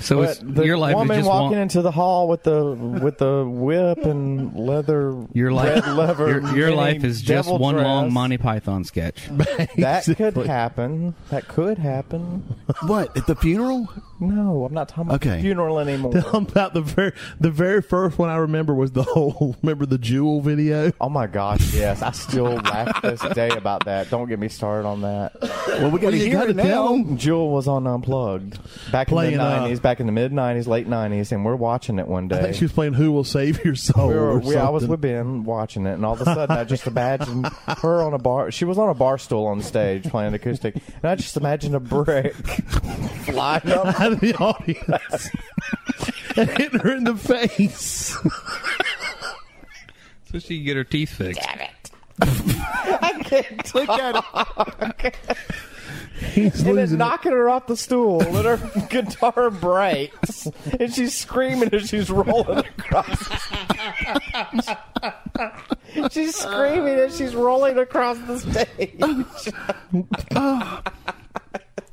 S3: So
S6: But
S3: it's-
S6: the
S3: your life is
S6: woman
S3: just
S6: walking
S3: one-
S6: into the hall with the with the whip and leather.
S5: Your life,
S6: red leather,
S5: your, your
S6: mini
S5: life is just
S6: devil
S5: one
S6: dress.
S5: long Monty Python sketch.
S6: That could happen. That could happen.
S15: What at the funeral?
S6: No, I'm not talking about
S3: Okay.
S6: the funeral anymore.
S3: Tell 'em about the very the very first one I remember was the whole remember the jewel video.
S6: Oh my gosh, yes, I still laugh this day about that. Don't get me started on that.
S15: Well, we gotta Well, you hear gotta it tell now.
S6: Jewel was on Unplugged back
S3: Playing,
S6: in the
S3: uh,
S6: nineties, back in the mid nineties, late nineties, and we're watching it one day.
S3: I think she was playing Who Will Save Your Soul.
S6: we were,
S3: or
S6: we, I was
S3: something.
S6: with Ben watching it, and all of a sudden, I just imagined her on a bar. She was on a bar stool on stage playing acoustic, and I just imagined a brick flying up
S3: out of the audience and hitting her in the face.
S12: So she can get her teeth fixed.
S6: I can't look at it.
S3: He's losing
S6: and then
S3: it.
S6: knocking her off the stool, and her guitar breaks, and she's screaming as she's rolling across. she's screaming as she's rolling across the stage.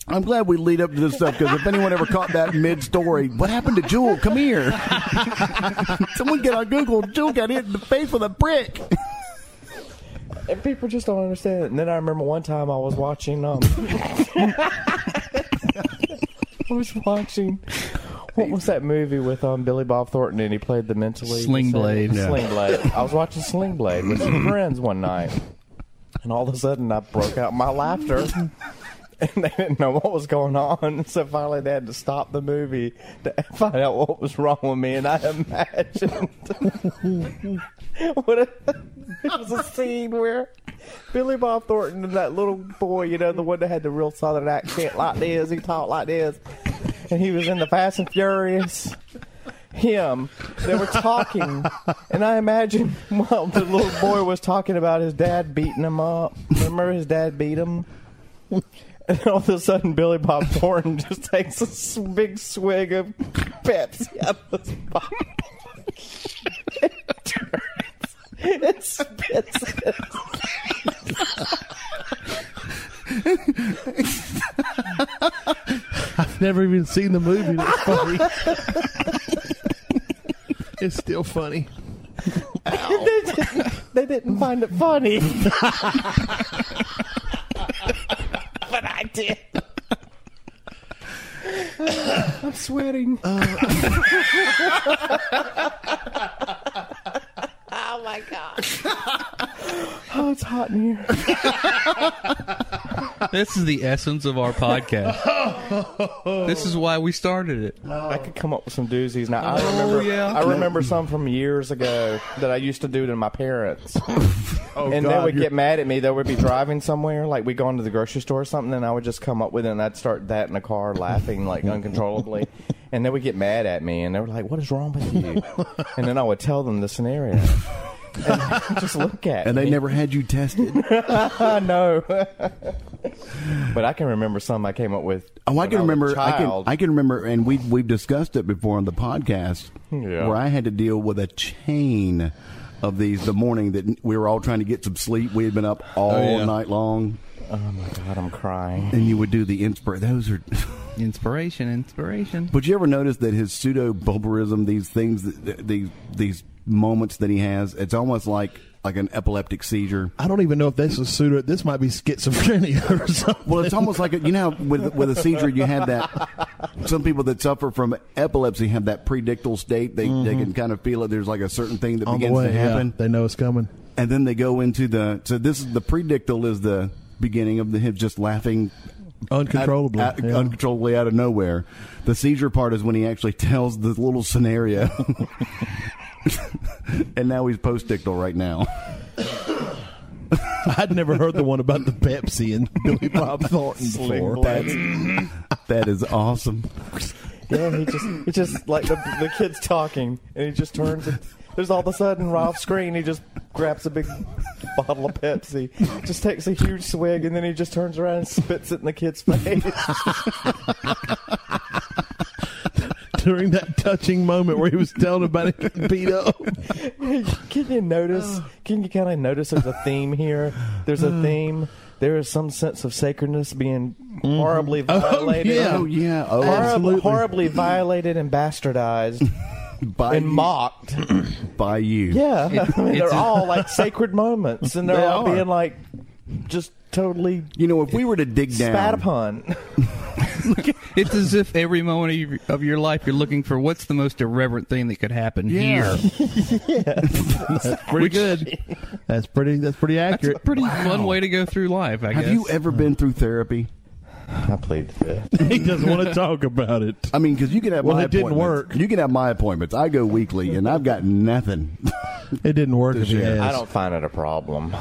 S2: I'm glad we lead up to this stuff because if anyone ever caught that mid story, what happened to Jewel? Come here. Someone get on Google. Jewel got hit in the face with a brick.
S6: And people just don't understand it. And then I remember one time I was watching. Um, I was watching. What was that movie with um, Billy Bob Thornton and he played the mentally
S5: Sling Blade. Yeah.
S6: Sling Blade. I was watching Sling Blade with some friends one night, and all of a sudden I broke out my laughter, and they didn't know what was going on. So finally they had to stop the movie to find out what was wrong with me, and I imagined what a, it was a scene where Billy Bob Thornton and that little boy, you know, the one that had the real southern accent like this, he talked like this, and he was in the Fast and Furious. Him, they were talking, and I imagine while the little boy was talking about his dad beating him up. Remember his dad beat him? And all of a sudden, Billy Bob Thornton just takes a s- big swig of Pepsi out of his bottle. it spits it.
S3: I've never even seen the movie. That's funny. it's still funny.
S6: they, didn't, they didn't find it funny. but I did. I'm sweating. oh my god. Oh, it's hot in here.
S5: This is the essence of our podcast. This is why we started it.
S2: Oh.
S6: I could come up with some doozies now. I remember,
S5: yeah.
S6: I remember some from years ago that I used to do to my parents.
S2: Oh,
S6: and they
S5: God,
S6: would
S5: you're-
S6: get mad at me. They would be driving somewhere, like we'd gone to the grocery store or something, and I would just come up with it and I'd start that in the car laughing like uncontrollably. and they would get mad at me and they were like, What is wrong with you? and then I would tell them the scenario. And they'd just look at
S2: And
S6: me.
S2: they never had you tested. Oh,
S6: no. but I can remember some I came up with.
S2: Oh, I
S6: when
S2: can
S6: was a
S2: remember. I can,
S6: child.
S2: I can remember, and we we've discussed it before on the podcast,
S6: Yeah.
S2: where I had to deal with a chain of these the morning that we were all trying to get some sleep. We had been up all
S6: Oh, yeah.
S2: night long.
S6: Oh my god, I'm crying.
S2: And you would do the inspir. Those are
S17: inspiration, inspiration.
S2: But you ever notice that his pseudo bulbarism, these things, that- that- these these moments that he has, it's almost like like an epileptic seizure.
S3: I don't even know if this is pseudo. This might be schizophrenia or something.
S2: Well, it's almost like a, you know, how with with a seizure, you have that. Some people that suffer from epilepsy have that predictal state. They they can kind of feel it. There's like a certain thing that
S3: Mm-hmm. on the
S2: begins
S3: way.
S2: to happen,
S3: Yeah, they know it's coming.
S2: and then they go into the. So this is the predictal is the beginning of the him just laughing.
S3: Uncontrollably,
S2: out- out-
S3: yeah.
S2: uncontrollably out of nowhere. The seizure part is when he actually tells the little scenario, and now he's postdictal right now.
S3: I'd never heard the one about the Pepsi and Billy Bob Thornton before.
S2: That's- that is awesome.
S6: Yeah, he just he just like the, the kid's talking, and he just turns. And, there's all of a sudden Ralph's screen. He just grabs a big bottle of Pepsi, just takes a huge swig, and then he just turns around and spits it in the kid's face.
S3: during that touching moment where he was telling about it getting beat up.
S6: can you notice? Can you kind of notice there's a theme here? There's a theme. There is some sense of sacredness being horribly
S2: Oh,
S6: violated.
S2: yeah. Oh, yeah. Oh,
S6: Horrib-
S2: absolutely.
S6: horribly violated and bastardized
S2: By
S6: and
S2: you.
S6: mocked.
S2: by you.
S6: Yeah, I mean,
S2: it's
S6: they're
S2: a-
S6: all like sacred moments, and they're
S2: They
S6: all
S2: are.
S6: being like just totally
S2: You know, if we were to dig down,
S6: spat upon.
S5: It's as if every moment of your, of your life you're looking for what's the most irreverent thing that could happen
S3: Yeah.
S5: here.
S3: That's pretty good. That's pretty. That's pretty accurate.
S5: Pretty fun way to go through life, I
S2: have
S5: guess.
S2: you ever been through therapy?
S6: I played this.
S3: he doesn't want to talk about it.
S2: I mean, because you can have
S3: Well,
S2: my
S3: it didn't
S2: appointments. You can have my appointments. I go weekly, and I've got nothing.
S3: It didn't work. If
S2: This
S3: he
S2: year.
S3: has.
S6: I don't find it a problem.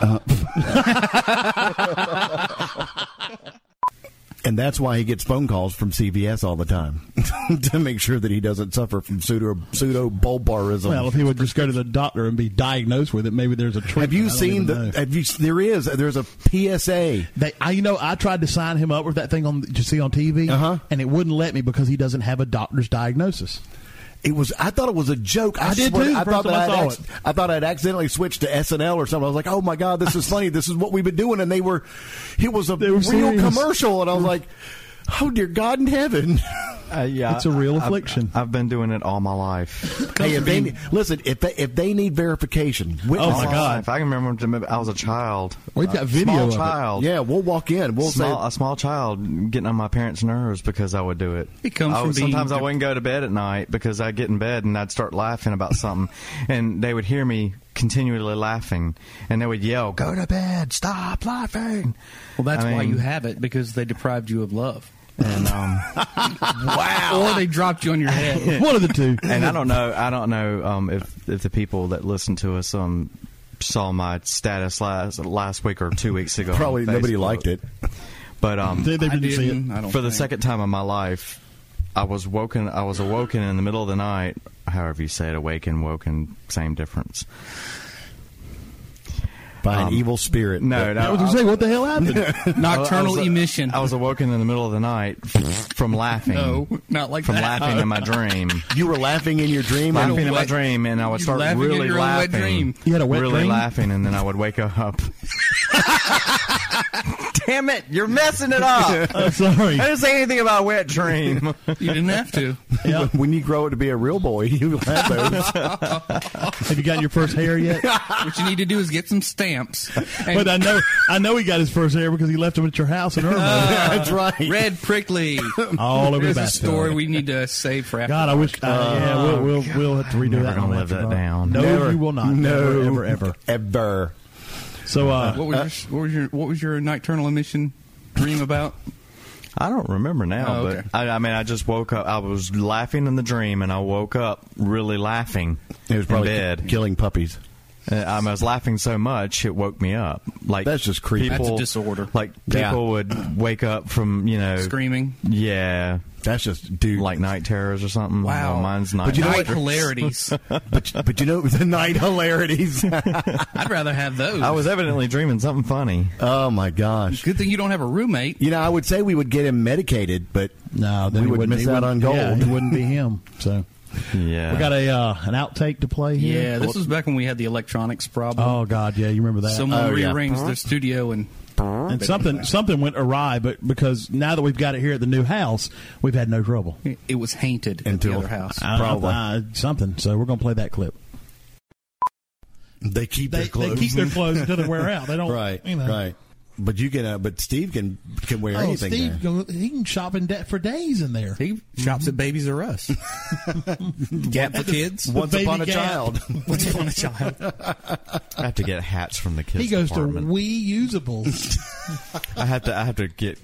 S18: And that's why he gets phone calls from CVS all the time to make sure that he doesn't suffer from pseudo pseudo bulbarism.
S3: Well, if he would just go to the doctor and be diagnosed with it, maybe there's a
S18: have
S3: treatment.
S18: you seen the? Have you? There is. There's a PSA.
S3: They, I, you know, I tried to sign him up with that thing on that you see on TV, uh-huh. and it wouldn't let me because he doesn't have a doctor's diagnosis.
S18: It was. I thought it was a joke. I,
S3: I did
S18: swear-
S3: too,
S18: I
S3: first
S18: thought
S3: time
S18: that
S3: I
S18: I'd
S3: saw
S18: acc-
S3: it.
S18: I thought I'd accidentally switched to SNL or something. I was like, "Oh my god, this is funny. This is what we've been doing." And they were. It was a
S3: were
S18: real
S3: serious.
S18: commercial, and I was like,
S2: Oh dear God in heaven!
S6: Uh, yeah,
S2: It's a real
S6: I've-
S2: affliction.
S6: I've, been doing it all my life.
S2: Hey, if they, listen, if they, if they need verification, witnesses,
S3: Oh
S6: If I can remember, when I was a child.
S2: We've
S6: Uh,
S2: got video
S6: small
S2: of it.
S6: child.
S2: Yeah, we'll walk in. We'll say-
S6: small, a small child getting on my parents' nerves because I would do it.
S10: It comes
S6: I
S10: from
S6: would-
S10: being
S6: Oh, sometimes I
S10: de-
S6: wouldn't go to bed at night because I'd get in bed and I'd start laughing about something, and they would hear me continually laughing, and they would yell, "Go to bed! Stop laughing!"
S5: Well, that's
S6: I
S5: why
S6: mean-
S5: you have it because they deprived you of love.
S6: And um,
S5: wow, or they dropped you on your head.
S3: of the two.
S6: And I don't know. I don't know um, if if the people that listen to us um saw my status last last week or two weeks ago. on
S2: Probably nobody
S6: Facebook.
S2: liked it.
S6: But um,
S2: They- they I didn't see it. didn't, I don't
S6: for the
S2: think.
S6: second time in my life. I was woken. I was awoken in the middle of the night. However you say it, awaken, woken, same difference.
S2: By
S6: Um,
S2: an evil spirit.
S6: No, no. I-
S3: what the hell
S6: I was-
S5: emission.
S6: I was awoken in the middle of the night from laughing.
S5: No, not like
S6: from
S5: that.
S6: laughing in my dream.
S2: You were laughing in your dream.
S6: Laughing
S5: and-
S6: in my
S5: Wet-
S6: dream, and I would
S5: you
S6: start
S5: laughing in
S6: really
S5: your own wet
S6: laughing.
S5: dream. You had a wet
S6: really
S5: dream?
S6: laughing, and then I would wake up. Damn it! You're messing it up.
S3: I'm sorry.
S6: I didn't say anything about a wet dream.
S5: you didn't have to.
S2: When you grow up to be a real boy, you will have those.
S3: Have you gotten your first hair yet?
S5: what you need to do is get some stamps. And
S3: but I know, I know he got his first hair because he left him at your house in Irma.
S5: Red prickly.
S3: All over the
S5: There's a
S3: bathtub.
S5: story we need to save for after.
S3: God, I wish. Uh, yeah, we'll we'll, we'll have to redo
S6: Never
S3: that.
S6: gonna
S3: one
S6: live
S3: after
S6: that
S3: dark.
S6: down.
S3: No,
S6: Never.
S3: you will not.
S6: No.
S3: never, ever,
S2: ever.
S3: So, uh,
S5: what was your, what was your what was your nocturnal emission dream about?
S6: I don't remember now,
S5: Oh, okay.
S6: but I, I mean, I just woke up. I was laughing in the dream, and I woke up really laughing.
S2: It was probably
S6: in bed. Uh,
S2: killing puppies.
S6: I was laughing so much it woke me up. Like
S2: That's just creepy.
S6: People,
S2: That's a disorder.
S6: Like people
S2: Yeah.
S6: would wake up from you
S3: Oh.
S6: know
S5: Screaming.
S6: Yeah,
S2: that's just dude
S6: like night terrors or something.
S3: Oh,
S5: Wow.
S6: Well, mine's night.
S5: But you know
S6: terrors.
S5: what- Hilarities.
S2: but but you know the night hilarities.
S5: I'd rather have those.
S6: I was evidently dreaming something funny.
S2: Oh my gosh!
S5: Good thing you don't have a roommate.
S2: You know, I would say we would get him medicated, but
S3: no, then
S2: we
S3: he
S2: would
S3: wouldn't-
S2: miss
S3: he
S2: out on
S3: wouldn't-
S2: gold.
S3: yeah, it wouldn't be him. So
S6: Yeah,
S3: we got a uh, an outtake to play here.
S5: Yeah, this was back when we had the electronics problem.
S3: Oh God, yeah, you remember that?
S5: Someone
S3: oh,
S5: rearranged their studio and
S3: And something something went awry, but because now that we've got it here at the new house, we've had no trouble.
S5: It was hainted
S3: Until
S5: at the other house.
S3: I don't know, uh, something. So we're gonna play that clip.
S2: They keep
S3: They-
S2: their
S3: they
S2: clothes.
S3: keep their clothes until they wear out. They don't-
S2: Right.
S3: you know.
S2: Right. But you can. Uh, but Steve can can wear
S3: oh,
S2: anything.
S3: Steve, go- he can shop in debt for days in there.
S5: He shops at Babies R Us. Gap for kids.
S2: Once upon a child.
S5: Once upon a child.
S6: I have to get hats from the kids.
S3: he goes
S6: department.
S3: to We Usables,
S6: I have to. I have to get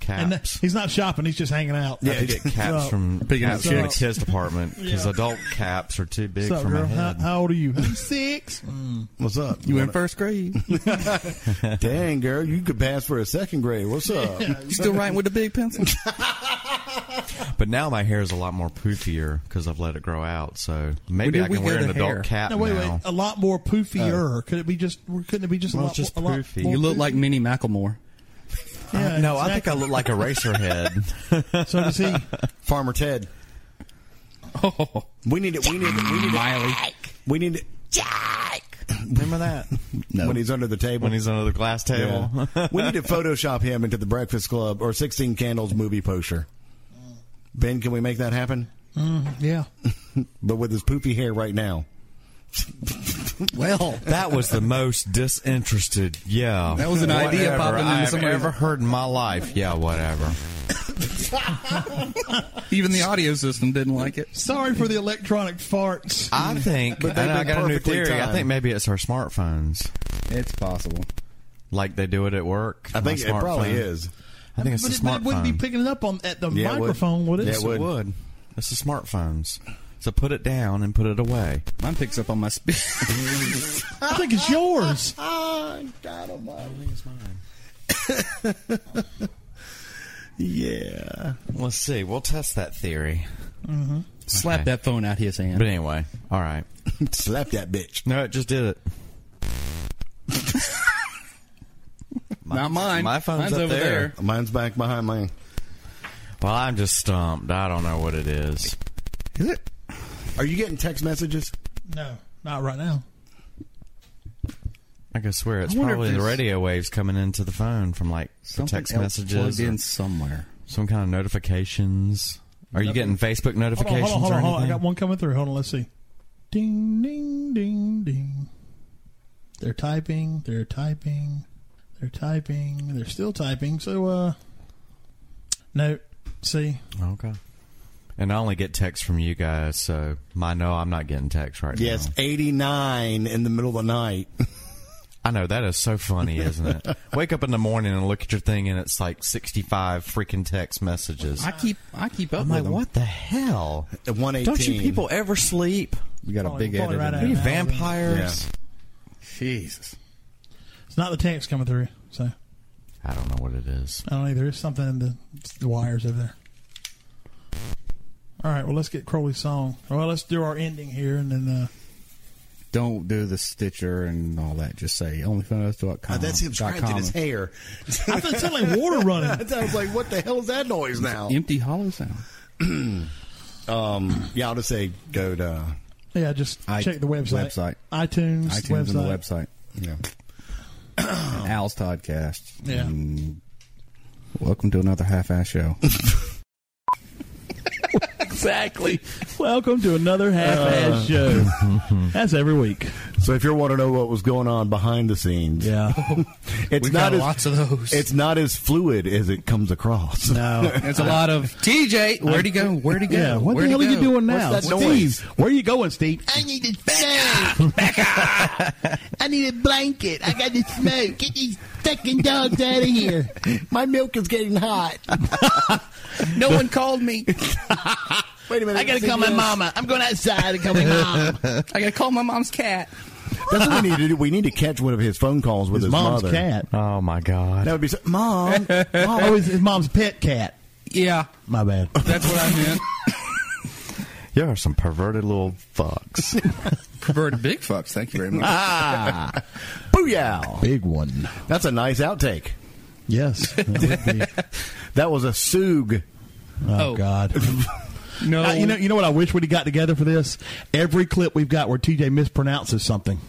S6: caps.
S3: and that- he's not shopping; he's just hanging out.
S6: I have to get caps
S3: So-
S6: from caps
S3: So-
S6: from the kids department because
S3: Yeah.
S6: adult caps are too big
S3: so,
S6: for
S3: girl,
S6: my
S3: how,
S6: head.
S3: how old are you? I'm six.
S2: What's up?
S5: You in first grade.
S2: Dang, girl, you could pass for a second grade. What's up?
S5: You still writing with the big pencil?
S6: But now my hair is a lot more poofier because I've let it grow out. So maybe
S5: did
S6: I can
S5: we
S6: wear
S5: get
S6: an
S5: a
S6: adult
S5: hair?
S6: cap
S3: No, wait, Oh.
S6: now.
S3: wait. A lot more poofier. could it be just? Couldn't it be just a
S6: Uh, Well,
S3: lot?
S6: just
S3: a lot
S6: poofy.
S3: more
S5: You look like Minnie Macklemore.
S3: Yeah,
S6: Uh, no, I think I look like a racer head.
S3: So does he.
S2: Farmer Ted.
S5: Oh,
S2: We need it. We need it. We need it.
S5: Miley.
S2: We need it.
S6: Remember that
S2: When he's under the table.
S6: when he's under the glass table?
S2: Yeah. we need to Photoshop him into the Breakfast Club or Sixteen Candles movie poster. Ben, can we make that happen?
S3: Mm, yeah.
S2: But with his poofy hair right now.
S5: Well,
S6: That was the most disinterested. Yeah,
S5: That was an idea
S6: whatever
S5: popping into
S6: I've
S5: somebody's-
S6: ever heard in my life. Yeah, whatever.
S5: Even the audio system didn't like it.
S3: Sorry for the electronic farts.
S6: I think,
S2: But
S6: but
S2: they've
S6: I
S2: been
S6: got a new
S2: perfectly
S6: theory. I
S2: timed.
S6: think maybe it's our smartphones,
S5: It's possible.
S6: like they do it at work.
S2: I
S6: My
S2: think it probably
S6: smartphone.
S2: is.
S6: I think it's
S3: but,
S6: the
S3: it, but
S6: smartphone.
S3: it wouldn't be picking it up on at the
S2: Yeah, it would.
S3: microphone, would it?
S2: Yeah, it
S6: Yes, it
S2: would.
S6: would. It's the smartphones. So put it down and put it away.
S5: Mine picks up on my speed.
S3: I think it's yours.
S2: Ah, God almighty. Yeah.
S6: Let's see. We'll test that theory.
S5: Slap that phone out his hand.
S6: But anyway, all right.
S2: Slap that bitch.
S6: No, it just did it.
S5: Not mine.
S6: My phone's
S5: Mine's
S6: up
S5: over
S6: there.
S5: there.
S2: Mine's back behind mine.
S6: Well, I'm just
S9: um,
S6: stumped. I don't know what it is.
S2: Is it? Are you getting text messages?
S3: No, not right now.
S6: I can swear it's
S5: I wonder if
S6: probably the
S5: there's-
S6: radio waves coming into the phone from like the
S5: Something
S6: text
S5: else
S6: messages.
S5: plugged
S6: or-
S5: in somewhere.
S10: some kind of notifications? Are you
S3: Nothing.
S10: getting Facebook
S3: Hold on,
S10: notifications
S3: hold on, hold on,
S10: or
S3: hold on. I
S10: anything?
S3: got one coming through. Hold on, let's see. Ding, ding, ding, ding. They're typing. They're typing. They're typing. They're still typing. So, uh, no. See,
S10: Okay. And I only get texts from you guys, so my no, I'm not getting texts right now.
S2: Yes, 89 in the middle of the night.
S10: I know that is so funny, isn't it? Wake up in the morning and look at your thing, and it's like 65 freaking text messages.
S6: I keep I keep up
S10: I'm
S6: with
S10: like,
S6: them.
S10: what the hell?
S2: At 118.
S10: Don't you people ever sleep?
S6: You got a
S3: Falling-
S6: big
S3: falling
S6: edit.
S3: right
S6: in
S3: out of
S6: there.
S3: bounds. Vampires.
S6: Jesus.
S3: it's not the text coming through. So
S10: I don't know what it is.
S3: I don't know. There's something in the, it's the wires over there. All right. Well, let's get Crowley's song. Well, let's do our ending here, and then uh,
S6: Don't do the Stitcher and all that. Just say onlyfans.com.
S2: Uh, that's him
S6: dot
S2: scratching
S6: com.
S2: his hair.
S3: I thought it sounded like water running.
S2: I was like, what the hell is that noise now?
S6: Empty hollow sound.
S2: um, yeah, I'll just say go to
S3: yeah, just
S6: I-
S3: check the website,
S6: website.
S3: iTunes,
S6: iTunes
S3: website.
S6: and the website.
S2: Yeah.
S6: And Al's Mm. Toddcast.
S3: Yeah.
S6: And welcome to another half-ass show.
S3: exactly. Welcome to another half-ass show. That's every week.
S2: So if you want to know what was going on behind the scenes,
S3: yeah,
S2: it's
S6: We've
S2: not
S6: got
S2: as,
S6: lots of those.
S2: It's not as fluid as it comes across.
S3: No,
S6: There's a lot of TJ. Where'd he go? Where'd he go?
S3: Yeah, what
S6: Where'd
S3: the hell
S6: he
S3: are you
S6: go?
S3: doing
S6: What's
S3: now,
S6: that
S3: Steve?
S6: noise?
S3: Where are you going, Steve?
S6: I need a blanket.
S3: I need a blanket. I got to smoke. Get these fucking dogs out of here.
S2: My milk is getting hot.
S6: no one called me.
S2: Wait a minute.
S6: I gotta call my mama. I'm going outside and call my mom. I gotta call my mom's cat.
S2: That's what we need to do. We need to catch one of his phone calls with his,
S3: mom's
S2: mother.
S3: cat.
S10: Oh my god!
S2: That would be so, mom.
S3: Oh,
S2: mom
S3: his, his mom's pet cat.
S6: Yeah,
S3: My bad.
S6: that's what I meant.
S10: You are some perverted little fucks.
S6: Perverted big fucks. Thank you very much.
S2: ah, booyah!
S3: Big one.
S2: That's a nice outtake.
S3: Yes. That, would be-
S2: That was a Soog.
S3: oh,
S6: Oh.
S3: God.
S6: No,
S3: Uh, you know, you know what I wish we'd have got together for this. Every clip we've got where TJ mispronounces something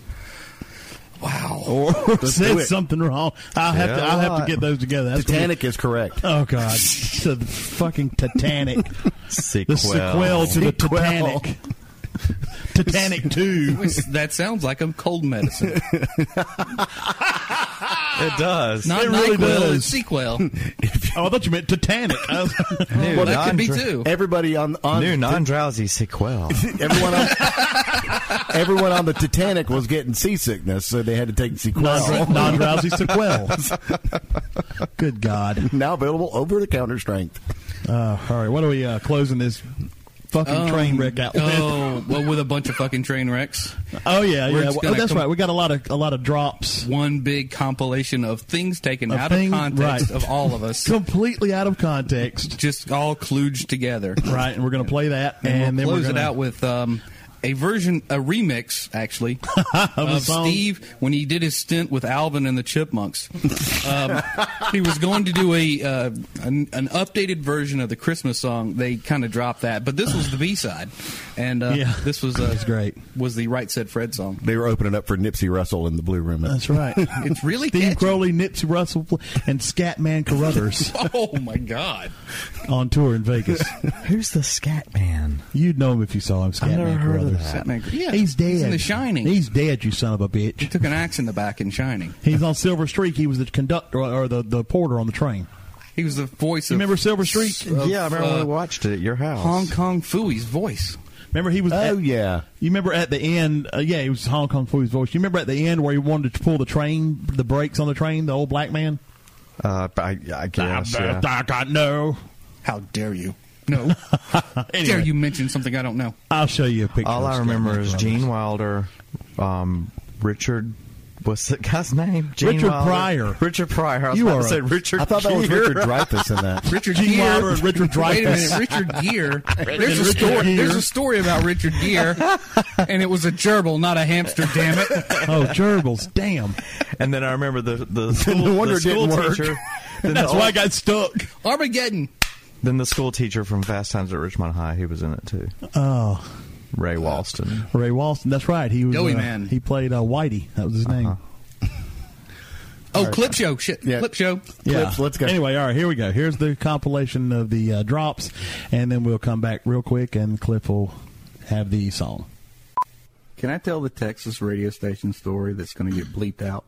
S6: wow.
S3: or
S2: Let's do it.
S3: says something wrong. I'll have to.
S10: Yeah,
S3: I'll have to
S10: right.
S3: get those together. That's gonna be-
S2: Titanic is correct.
S3: Oh God! the fucking Titanic.
S10: Sequel.
S3: The sequel to the
S2: Sequel.
S3: Titanic. Titanic Two.
S5: that sounds like a cold medicine.
S10: It does.
S5: Not
S3: It really
S5: NyQuil,
S3: does.
S5: it's sequel.
S3: Oh, I thought you meant Titanic. I was-
S10: New
S5: Well, that could be
S10: non-dr-
S5: too.
S2: Everybody on on
S10: New non-drowsy sequel.
S2: everyone on, everyone on the Titanic was getting seasickness, so they had to take
S3: Non-
S2: Sequel.
S3: Non-drowsy sequel. Good God!
S2: now available over the counter strength.
S3: Uh, all right, what are we uh, closing this fucking
S5: Um,
S3: train wreck out with? Oh,
S5: Oh, well, with a bunch of fucking train wrecks.
S3: yeah,
S5: We're
S3: yeah.
S5: just
S3: Oh,
S5: gonna
S3: that's
S5: com-
S3: right. We got a lot of a lot of drops,
S5: One big compilation of things taken
S3: Of
S5: out
S3: things-
S5: of context
S3: right.
S5: of all of us,
S3: completely out of context.
S5: just all kludged together.
S3: Right, and we're gonna play that, and,
S5: And,
S3: then
S5: we'll close
S3: we're gonna
S5: it out with um, a version, a remix, actually, of,
S3: a song.
S5: Steve when he did his stint with Alvin and the Chipmunks. um, he was going to do a uh, an, an updated version of the Christmas song. They kind of dropped that, but this was the B side, and uh,
S3: Yeah.
S5: this was uh,
S3: That's great.
S5: Was the Right Said Fred song.
S2: They were opening up for Nipsey Russell in the Blue Room.
S3: That's right.
S5: It's really
S3: Steve
S5: catchy.
S3: Crowley, Nipsey Russell, and Scatman Carruthers
S5: Oh my God!
S3: on tour in Vegas.
S10: Who's the Scat Man?
S3: You'd know him if you saw him. Scatman
S10: never heard of
S3: Carruthers.
S10: that.
S5: Yeah,
S3: he's dead.
S5: in The Shining.
S3: He's dead. You son of a bitch.
S5: took an axe in the back in Shining.
S3: He's on Silver Streak. He was the conductor or the, the porter on the train.
S5: He was the voice.
S3: You
S5: of,
S3: remember Silver Streak?
S5: of,
S10: yeah, I remember
S5: uh,
S10: we watched it at your house.
S5: Hong Kong Fooey's voice.
S3: Remember he was.
S2: Oh
S3: at-
S2: yeah,
S3: You remember at the end? Uh, yeah, he was Hong Kong Fooey's voice. You remember at the end where he wanted to pull the train, the brakes on the train, the old black man.
S10: Uh, but I, I guess.
S3: I
S10: yeah.
S3: bet I got no.
S5: How dare you? No.
S3: Anyway,
S5: Dare you mention something I don't know?
S3: I'll show you a picture.
S10: All
S3: of
S10: I
S3: Scatman
S10: remember is
S3: Carruthers.
S10: Gene Wilder, um, Richard. What's the guy's name? Gene
S3: Richard
S10: Wilder.
S3: Pryor.
S10: Richard Pryor. I was
S3: You
S10: about
S3: are
S10: to say
S3: a-
S10: Richard.
S2: I thought that was
S10: Gere.
S2: Richard Dreyfuss in that.
S5: Richard
S3: Gene
S5: Gere.
S3: Wilder and Richard
S5: Wait a
S3: Dreyfuss.
S5: minute, Richard Gere. There's a
S3: Richard
S5: story.
S3: Gere.
S5: There's a story about Richard Gere, and it was a gerbil, not a hamster. Damn it!
S3: Oh, gerbils! Damn.
S10: And then I remember the the school,
S2: wonder
S10: the
S2: it didn't
S10: school
S2: work.
S10: teacher. Then
S3: That's
S10: the
S3: why I
S10: old-
S3: got stuck.
S5: Armageddon.
S10: then the school teacher from Fast Times at Richmond High. He was in it too.
S3: Oh,
S10: Ray Walston.
S3: Ray Walston. That's right. He was
S5: Joey
S3: uh,
S5: Man.
S10: Uh-huh.
S3: He played uh, Whitey. That was his name.
S19: Oh, clip show. Shit. Clip show.
S3: Yeah. Anyway, all right, here we go. Here's the compilation of the uh, drops, and then we'll come back real quick, and Cliff will have the song.
S5: Can I tell the Texas radio station story that's going to get bleeped out?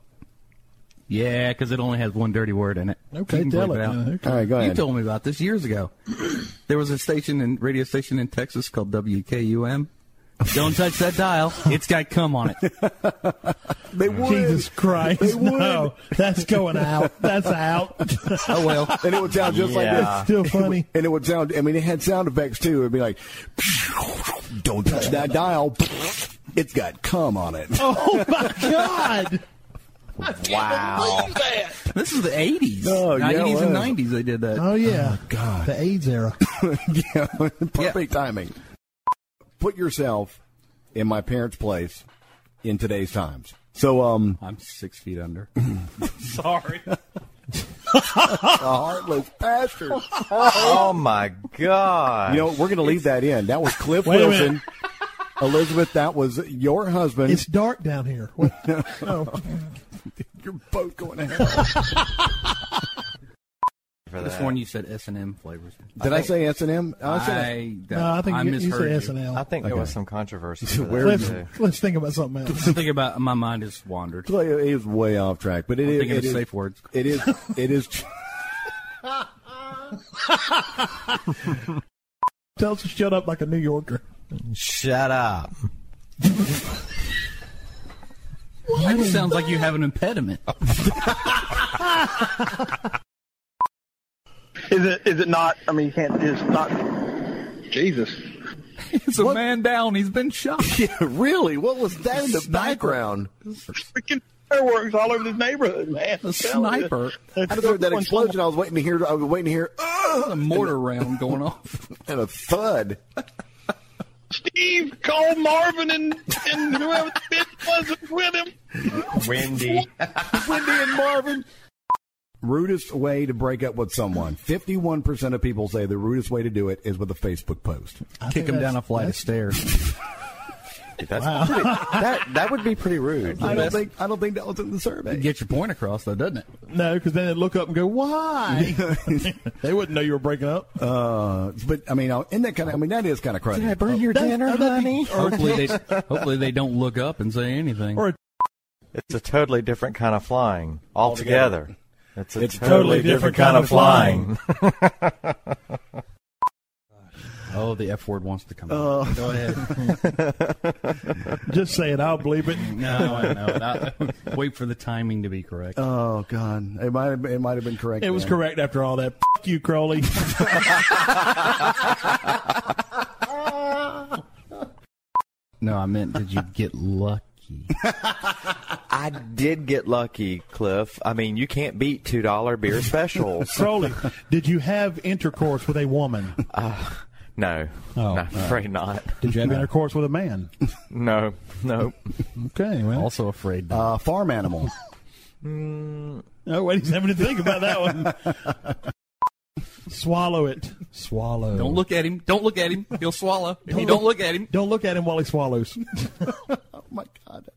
S5: Yeah, because it only has one dirty word in it.
S3: Okay,
S5: You can
S3: tell
S5: bleep
S3: it.
S5: out.
S3: Yeah, okay. All right, go
S5: You
S3: ahead.
S5: told me about this years ago. There was a station in radio station in Texas called WKUM. Don't touch that dial. It's got cum on it.
S2: they would.
S3: Jesus Christ!
S2: They would.
S3: No, that's going out. That's out.
S2: oh well, and it would sound just like
S3: Yeah.
S2: this.
S3: It's still funny.
S2: and it would sound. I mean, it had sound effects too. It'd be like, "Don't touch that dial. It's got cum on it."
S3: Oh my God!
S2: Wow.
S5: This is the 80s.
S2: Oh, yeah, it
S5: 80s
S2: was.
S5: and 90s they did that.
S3: Oh yeah,
S2: God.
S3: the AIDS era.
S2: yeah, perfect timing. Put yourself in my parents' place in today's times. So, um,
S5: I'm six feet under.
S2: Sorry. heartless bastard.
S10: Oh my god!
S2: You know, we're going to leave that in. That was Cliff
S3: Wait a
S2: Wilson. Elizabeth, that was your husband.
S3: It's dark down here. What? No.
S2: You're both going to hell.
S10: For
S5: This
S10: that.
S5: one you said S and M flavors.
S2: Did I, say S and M?
S5: I, I misheard
S3: S&L.
S10: I think
S5: Okay.
S10: there was some controversy.
S2: So
S10: for that,
S2: where
S3: Let's,
S10: too.
S3: let's think about something else.
S5: Something about my mind has wandered.
S2: It is way off track, but it
S5: I'm
S2: is-
S5: thinking
S2: it
S5: of
S2: is-
S5: safe words.
S2: It is. It is.
S3: Tell us to shut up like a New Yorker.
S10: Shut up.
S5: That sounds like you have an impediment.
S12: Is it? Is it not? I mean, you can't. It's not. Jesus.
S5: It's a man down. He's been shot.
S2: yeah, really? What was that in the background?
S12: Freaking fireworks all over the neighborhood, man.
S5: A sniper.
S2: I just heard that explosion. I was waiting to hear. I was waiting to hear uh,
S5: a mortar round going off.
S2: and a thud.
S12: Steve, call Marvin and, and whoever the bitch was that's with him.
S10: Wendy.
S2: Wendy and Marvin. Rudest way to break up with someone. Fifty-one percent of people say the rudest way to do it is with a Facebook post.
S5: Kick him down a flight of stairs.
S10: That's pretty, that that would be pretty rude.
S2: I don't
S5: best-
S2: think I don't think that was in the survey.
S5: Get your point across, though, doesn't it?
S3: No, because then they'd look up and go, "Why?" they wouldn't know you were breaking up.
S2: Uh, but I mean, in that kind of, I mean, that is kind of cruddy.
S10: Did I burn your dinner, honey?
S5: Hopefully they, hopefully they don't look up and say anything.
S3: Or-
S10: It's a totally different kind of flying altogether. It's a
S2: It's
S10: totally, different, kind of flying.
S5: oh, the F word wants to come.
S2: Uh,
S5: out. Go ahead.
S3: Just say it. I'll believe it.
S5: No, I know. I- Wait for the timing to be
S15: Uh,
S5: correct.
S2: oh God, it might have, it might have been correct.
S3: It was
S2: man.
S3: correct after all that. Fuck you, Crowley.
S5: No, I meant did you get lucky?
S10: I did get lucky, Cliff. I mean, you can't beat two dollar beer specials.
S3: Crowley, did you have intercourse with a woman?
S10: no,
S3: Oh,
S10: no,
S3: all right.
S10: afraid not.
S3: Did you have intercourse with a man?
S10: No, no.
S3: Okay, well.
S5: Also afraid.
S2: uh, farm animal.
S3: Oh, wait, he's having to think about that one. Swallow it. Swallow.
S19: Don't look at him. Don't look at him. He'll swallow. If you don't look at him,
S3: Don't look at him while he swallows.
S2: oh my God.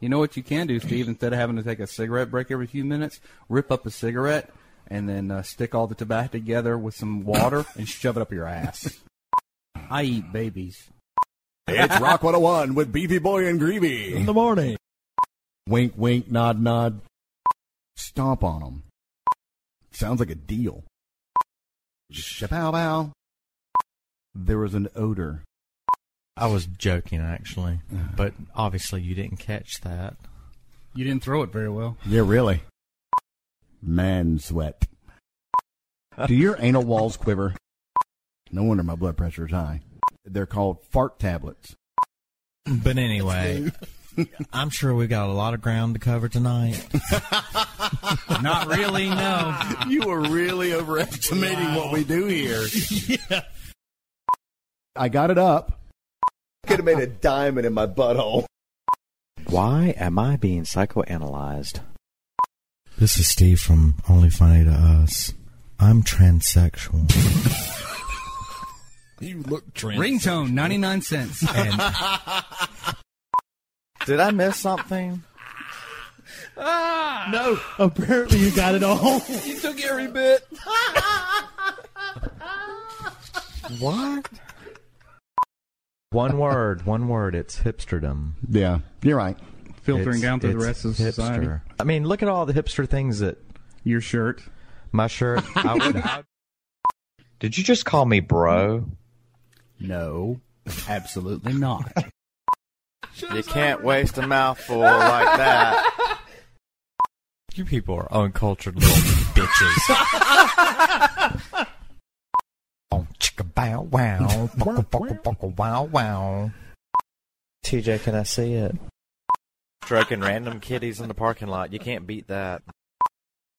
S5: You know what you can do, Steve? Instead of having to take a cigarette break every few minutes, rip up a cigarette and then uh, stick all the tobacco together with some water and shove it up your ass. I eat babies.
S2: It's Rock 101 with Beefy Boy and Greeby.
S3: In the morning.
S2: Wink, wink, nod, nod. Stomp on them. Sounds like a deal. Shapow bow. There was an odor.
S9: I was joking, actually,
S10: Uh-huh.
S9: but obviously you didn't catch that.
S5: You didn't throw it very well.
S2: Yeah, really. Man sweat. Do your anal walls quiver? No wonder my blood pressure is high. They're called fart tablets.
S9: But anyway, I'm sure we got a lot of ground to cover tonight.
S5: Not really, no.
S2: You were really overestimating what we do here. I got it up. Could have made a diamond in my butthole.
S10: Why am I being psychoanalyzed?
S9: This is Steve from Only Funny to Us. I'm transsexual.
S2: You look
S5: Ringtone, 99 cents.
S9: And
S10: Did I miss something?
S3: No, apparently you got it all.
S20: you took every bit.
S6: What? One word, one word. It's hipsterdom.
S2: Yeah, you're right.
S6: Filtering
S20: down through the rest of society.
S6: I mean, look at all the hipster things that
S20: your shirt,
S6: my shirt. I would. I- did you just call me bro?
S20: No, absolutely not.
S6: You can't waste a mouthful like that. You people are uncultured little bitches. Oh, chicka bow wow, buckle buckle buckle wow wow. TJ, can I see it? Stroking random kitties in the parking lot. You can't beat that.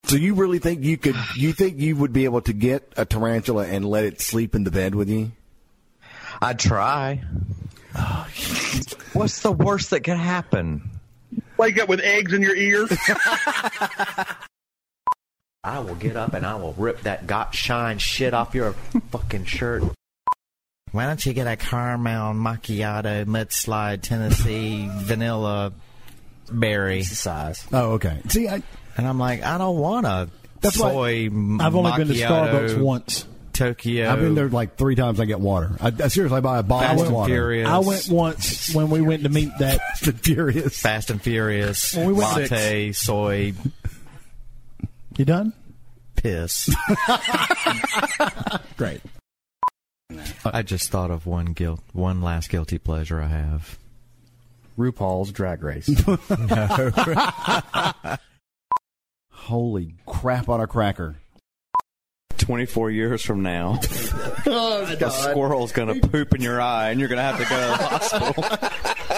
S15: So you really think you could? You think you would be able to get a tarantula and let it sleep in the bed with you?
S6: I'd try. What's the worst that could happen?
S14: Wake up with eggs in your ear.
S6: I will get up and I will rip that got shine shit off your fucking shirt.
S9: Why don't you get a caramel macchiato mudslide Tennessee vanilla berry size?
S2: Oh, okay. See, I
S9: and I'm like, I don't want a
S2: That's why-
S9: soy.
S2: I've only been to
S9: macchiato
S2: Starbucks once.
S9: Tokyo.
S2: I've been there like three times. I get water. I, I seriously buy a bottle
S9: Fast
S2: of
S9: and
S2: water.
S9: Furious.
S2: I
S3: I
S2: went
S3: went once when we went to meet that.
S2: the furious.
S9: Fast and Furious.
S3: When we went-
S9: latte soy
S3: You done?
S9: piss.
S2: Great.
S6: I just thought of one guilt, one last guilty pleasure I have.
S20: RuPaul's Drag Race.
S2: Holy crap on a cracker!
S10: 24 years from now,
S2: Oh,
S10: the squirrel's going to poop in your eye and you're going to have to go to the hospital.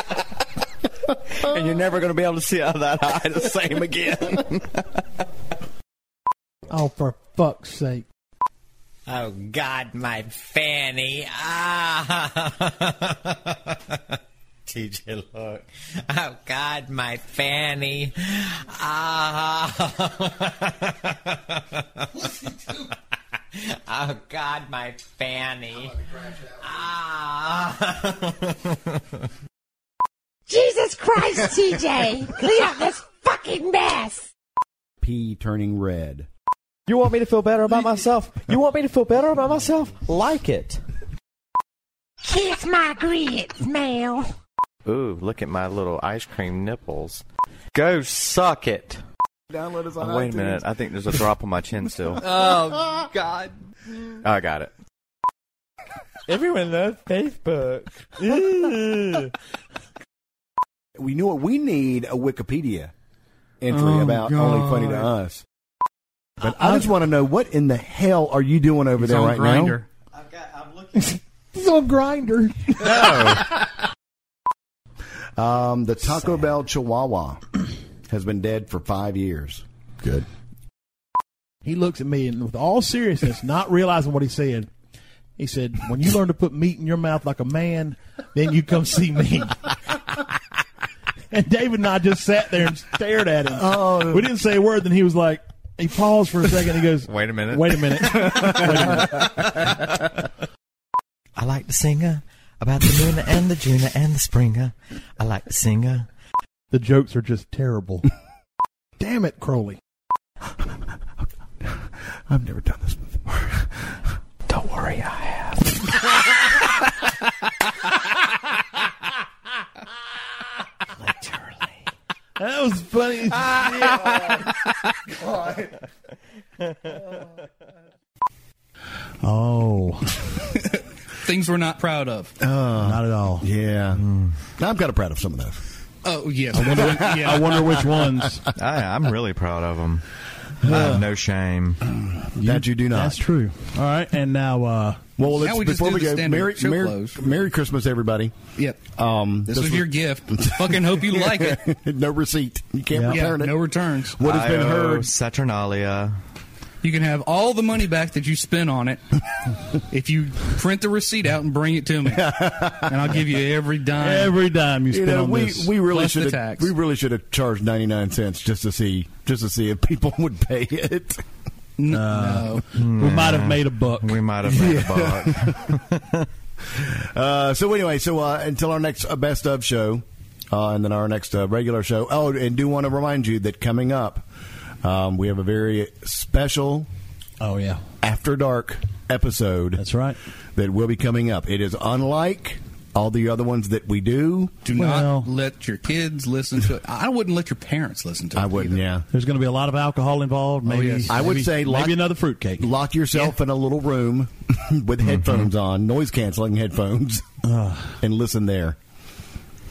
S10: and you're never going to be able to see out of that eye the same again.
S3: Oh, for fuck's sake!
S9: Oh God, my fanny! Ah, TJ, look! Oh God, my fanny! Ah! oh God, my fanny! Ah!
S21: Jesus Christ, TJ! Clean up this fucking mess!
S2: Pee turning red.
S6: You want me to feel better about myself? You want me to feel better about myself? Like it.
S21: Kiss my grits, Mel!
S6: Ooh, look at my little ice cream nipples. Go suck it.
S15: Download us on
S6: Uh,
S10: Oh, wait
S15: iTunes.
S10: a minute. I think there's a drop on my chin still.
S15: Oh,
S6: God.
S10: I got it.
S6: Everyone loves Facebook.
S15: We knew it. We need a Wikipedia entry
S2: Oh,
S15: about
S2: God.
S15: only funny to us. But I, just want to know what in the hell are you doing over
S2: He's
S15: there
S2: on
S15: right
S2: Grindr.
S15: now? It's on grinder. No. um, the Taco Bell Chihuahua has been dead for five years. Good.
S3: He looks at me and, with all seriousness, not realizing what he said, he said, "When you learn to put meat in your mouth like a man, then you come see me." and David and I just sat there and stared at him. Oh. We didn't say a word. Then he was like, he paused for a second. He goes,
S6: Wait a minute.
S3: "Wait a minute." Wait a minute.
S9: I like to sing uh, about the Luna and the Juna and the Springer. I like to sing uh,
S3: The jokes are just terrible. Damn it, Crowley.
S15: I've never done this before.
S9: Don't worry, I have.
S3: That was funny. as shit. Oh.
S12: Things we're not proud of.
S3: not at all. Mm.
S2: Yeah. I'm kind of proud of some of those.
S12: Oh yes.
S3: I wonder,
S12: yeah.
S3: I wonder which ones.
S10: I, I'm really proud of them. I have no shame.
S2: that you do not.
S3: That's true. All right, and now, uh,
S2: Well, let's,
S12: Now we just
S2: before
S12: do
S2: we
S12: the
S2: go,
S12: standard
S2: Merry,
S12: show
S2: Merry,
S12: close.
S2: Merry Christmas, everybody.
S12: Yep.
S2: Um,
S12: This was your gift. Fucking hope you like it.
S2: no receipt. You can't
S12: Yeah,
S2: return it.
S12: no uh, returns.
S2: What has been
S10: I owe
S2: heard?
S10: Saturnalia.
S12: You can have all the money back that you spent on it if you print the receipt out and bring it to me, and I'll give you every dime.
S3: every dime you
S2: You
S3: spend
S2: know,
S3: on
S2: we,
S3: this,
S2: we really
S12: plus the
S2: should have
S12: tax.
S2: we really should have charged ninety nine cents just to see just to see if people would pay it.
S12: N-
S3: Uh,
S12: no.
S3: we might
S12: Mm-hmm.
S3: have made a buck.
S10: We might have made a buck.
S2: Uh, so anyway, so uh, until our next uh, best of show, uh, and then our next uh, regular show. Oh, and do want to remind you that coming up, um, we have a very special.
S3: Oh yeah,
S2: after dark episode.
S3: That's right.
S2: That will be coming up. It is unlike all the other ones that we do.
S12: Do not let your kids listen to it. I wouldn't let your parents listen to it.
S2: I wouldn't. Yeah.
S3: There's going to be a lot of alcohol involved. Maybe
S2: Oh, I would
S3: maybe-
S2: say lock,
S3: maybe another fruitcake.
S2: Lock yourself in a little room with headphones on, noise canceling headphones, and listen there.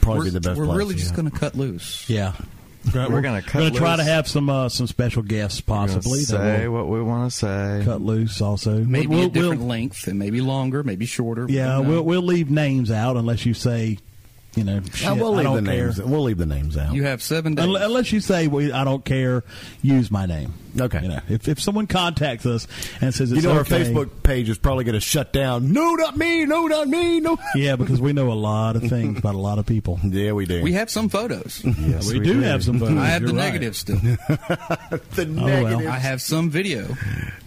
S2: Probably
S12: we're
S2: be the best.
S12: we're
S2: place.
S12: really just going to cut loose.
S3: Yeah.
S12: We're gonna cut
S3: We're gonna try
S12: loose.
S3: to have some uh, some special guests possibly. that
S10: say
S3: will
S10: what we want to say.
S3: Cut loose also.
S12: Maybe
S3: We'll-
S12: a different
S3: we'll-
S12: length, and maybe longer, maybe shorter. uh,
S3: yeah,
S12: Who knows?
S3: we'll we'll leave names out unless you say, you know, shit,
S2: Uh, we'll leave
S3: I
S2: the
S3: don't care.
S2: names. We'll leave the names out.
S12: You have seven days.
S3: Unle- Unless you say, well, I don't care, use my name.
S2: Okay.
S3: You know, if, if someone contacts us and says
S2: you
S3: it's
S2: know our
S3: okay-
S2: Facebook page is probably going to shut down. No, not me. No, not me. No.
S3: Yeah, because we know a lot of things about a lot of people.
S2: Yeah, we do.
S12: We have some photos.
S3: Yes, We we do do. have some photos.
S12: I have
S3: You're
S12: the
S3: right.
S12: negative still.
S2: the
S3: negatives.
S12: I have some video.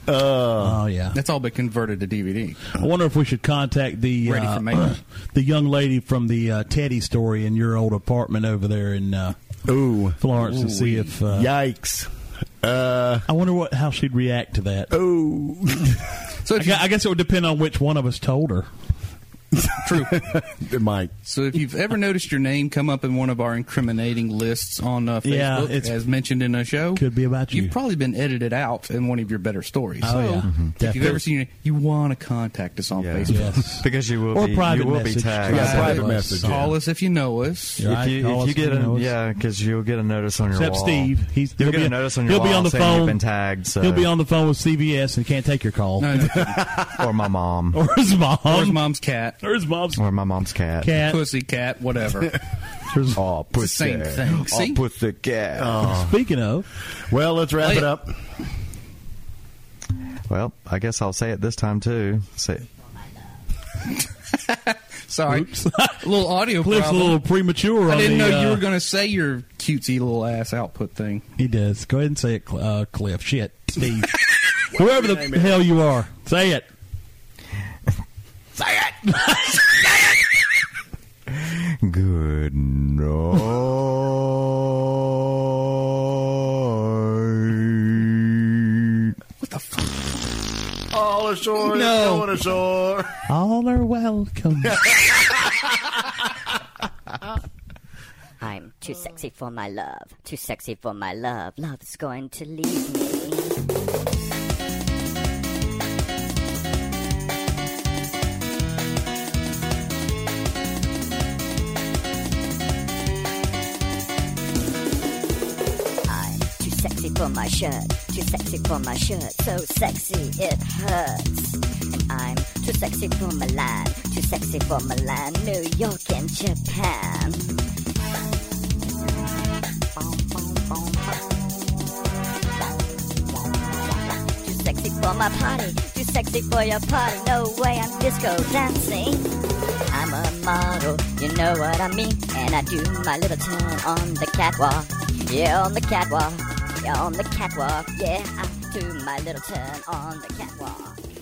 S3: oh yeah.
S12: That's all been converted to DVD.
S3: I wonder if we should contact the
S12: Ready
S3: uh,
S12: for makeup.
S3: the young lady from the uh, Teddy story in your old apartment over there in uh,
S2: Ooh.
S3: Florence and see if uh,
S2: yikes. Uh,
S3: I wonder what how she'd react to that.
S2: Oh,
S12: so
S3: I, gu- I guess it would depend on which one of us told her.
S12: True.
S2: it might.
S12: So if you've ever noticed your name come up in one of our incriminating lists on uh, Facebook,
S3: Yeah, it's-
S12: as mentioned in a show,
S3: could be about you.
S12: You've probably been edited out in one of your better stories.
S3: Oh,
S12: so
S3: yeah. Mhm.
S12: if you've ever seen, your, you want to contact us on Facebook
S3: Yes.
S10: Because you will
S12: Or
S10: be,
S12: private
S10: you will be
S12: message.
S10: tagged.
S12: Yeah, private Call message, us. yeah. Call us if you know us.
S10: If
S12: Right,
S10: you,
S12: call
S10: if you
S12: us
S10: get
S12: if you know
S10: a
S12: us.
S10: yeah, because you'll get a notice on your
S3: Except
S10: wall.
S3: Steve, he's
S10: you'll
S3: he'll
S10: get
S3: be
S10: a notice on your
S3: he'll
S10: wall
S3: be on the
S10: saying
S3: phone.
S10: You've been tagged. So
S3: He'll be on the phone with CVS and can't take your call.
S10: or my mom,
S3: or his mom,
S12: or his mom's cat,
S3: or his mom's
S10: or my mom's cat,
S3: Cat.
S12: pussy cat, whatever.
S10: Oh,
S12: It's the same thing. See?
S10: put the cat.
S3: Speaking of,
S2: well, let's wrap
S12: Play
S2: it
S12: it.
S2: up.
S10: Well, I guess I'll say it this time too. Say,
S12: Sorry, a little audio.
S3: Cliff's a
S12: problem.
S3: little premature.
S12: I
S3: on
S12: didn't
S3: the,
S12: know you
S3: uh,
S12: were going to say your cutesy little ass output thing.
S3: He does. Go ahead and say it, Cl- uh, Cliff. Shit, Steve. Whoever the hell you are, say it.
S22: Say it!
S10: good night.
S2: All ashore,
S22: No.
S2: going ashore.
S3: All are welcome.
S9: I'm too sexy for my love. Too sexy for my love. Love's going to leave me. I'm too sexy for my shirt. Too sexy for my shirt. So sexy it hurts. I'm too sexy for Milan. Too sexy for Milan, New York, and Japan. Too sexy for my party. Too sexy for your party. No way I'm disco dancing. I'm a model, you know what I mean. And I do my little turn on the catwalk. Yeah, on the catwalk. Yeah, on the catwalk. Yeah, I do my little turn on the catwalk.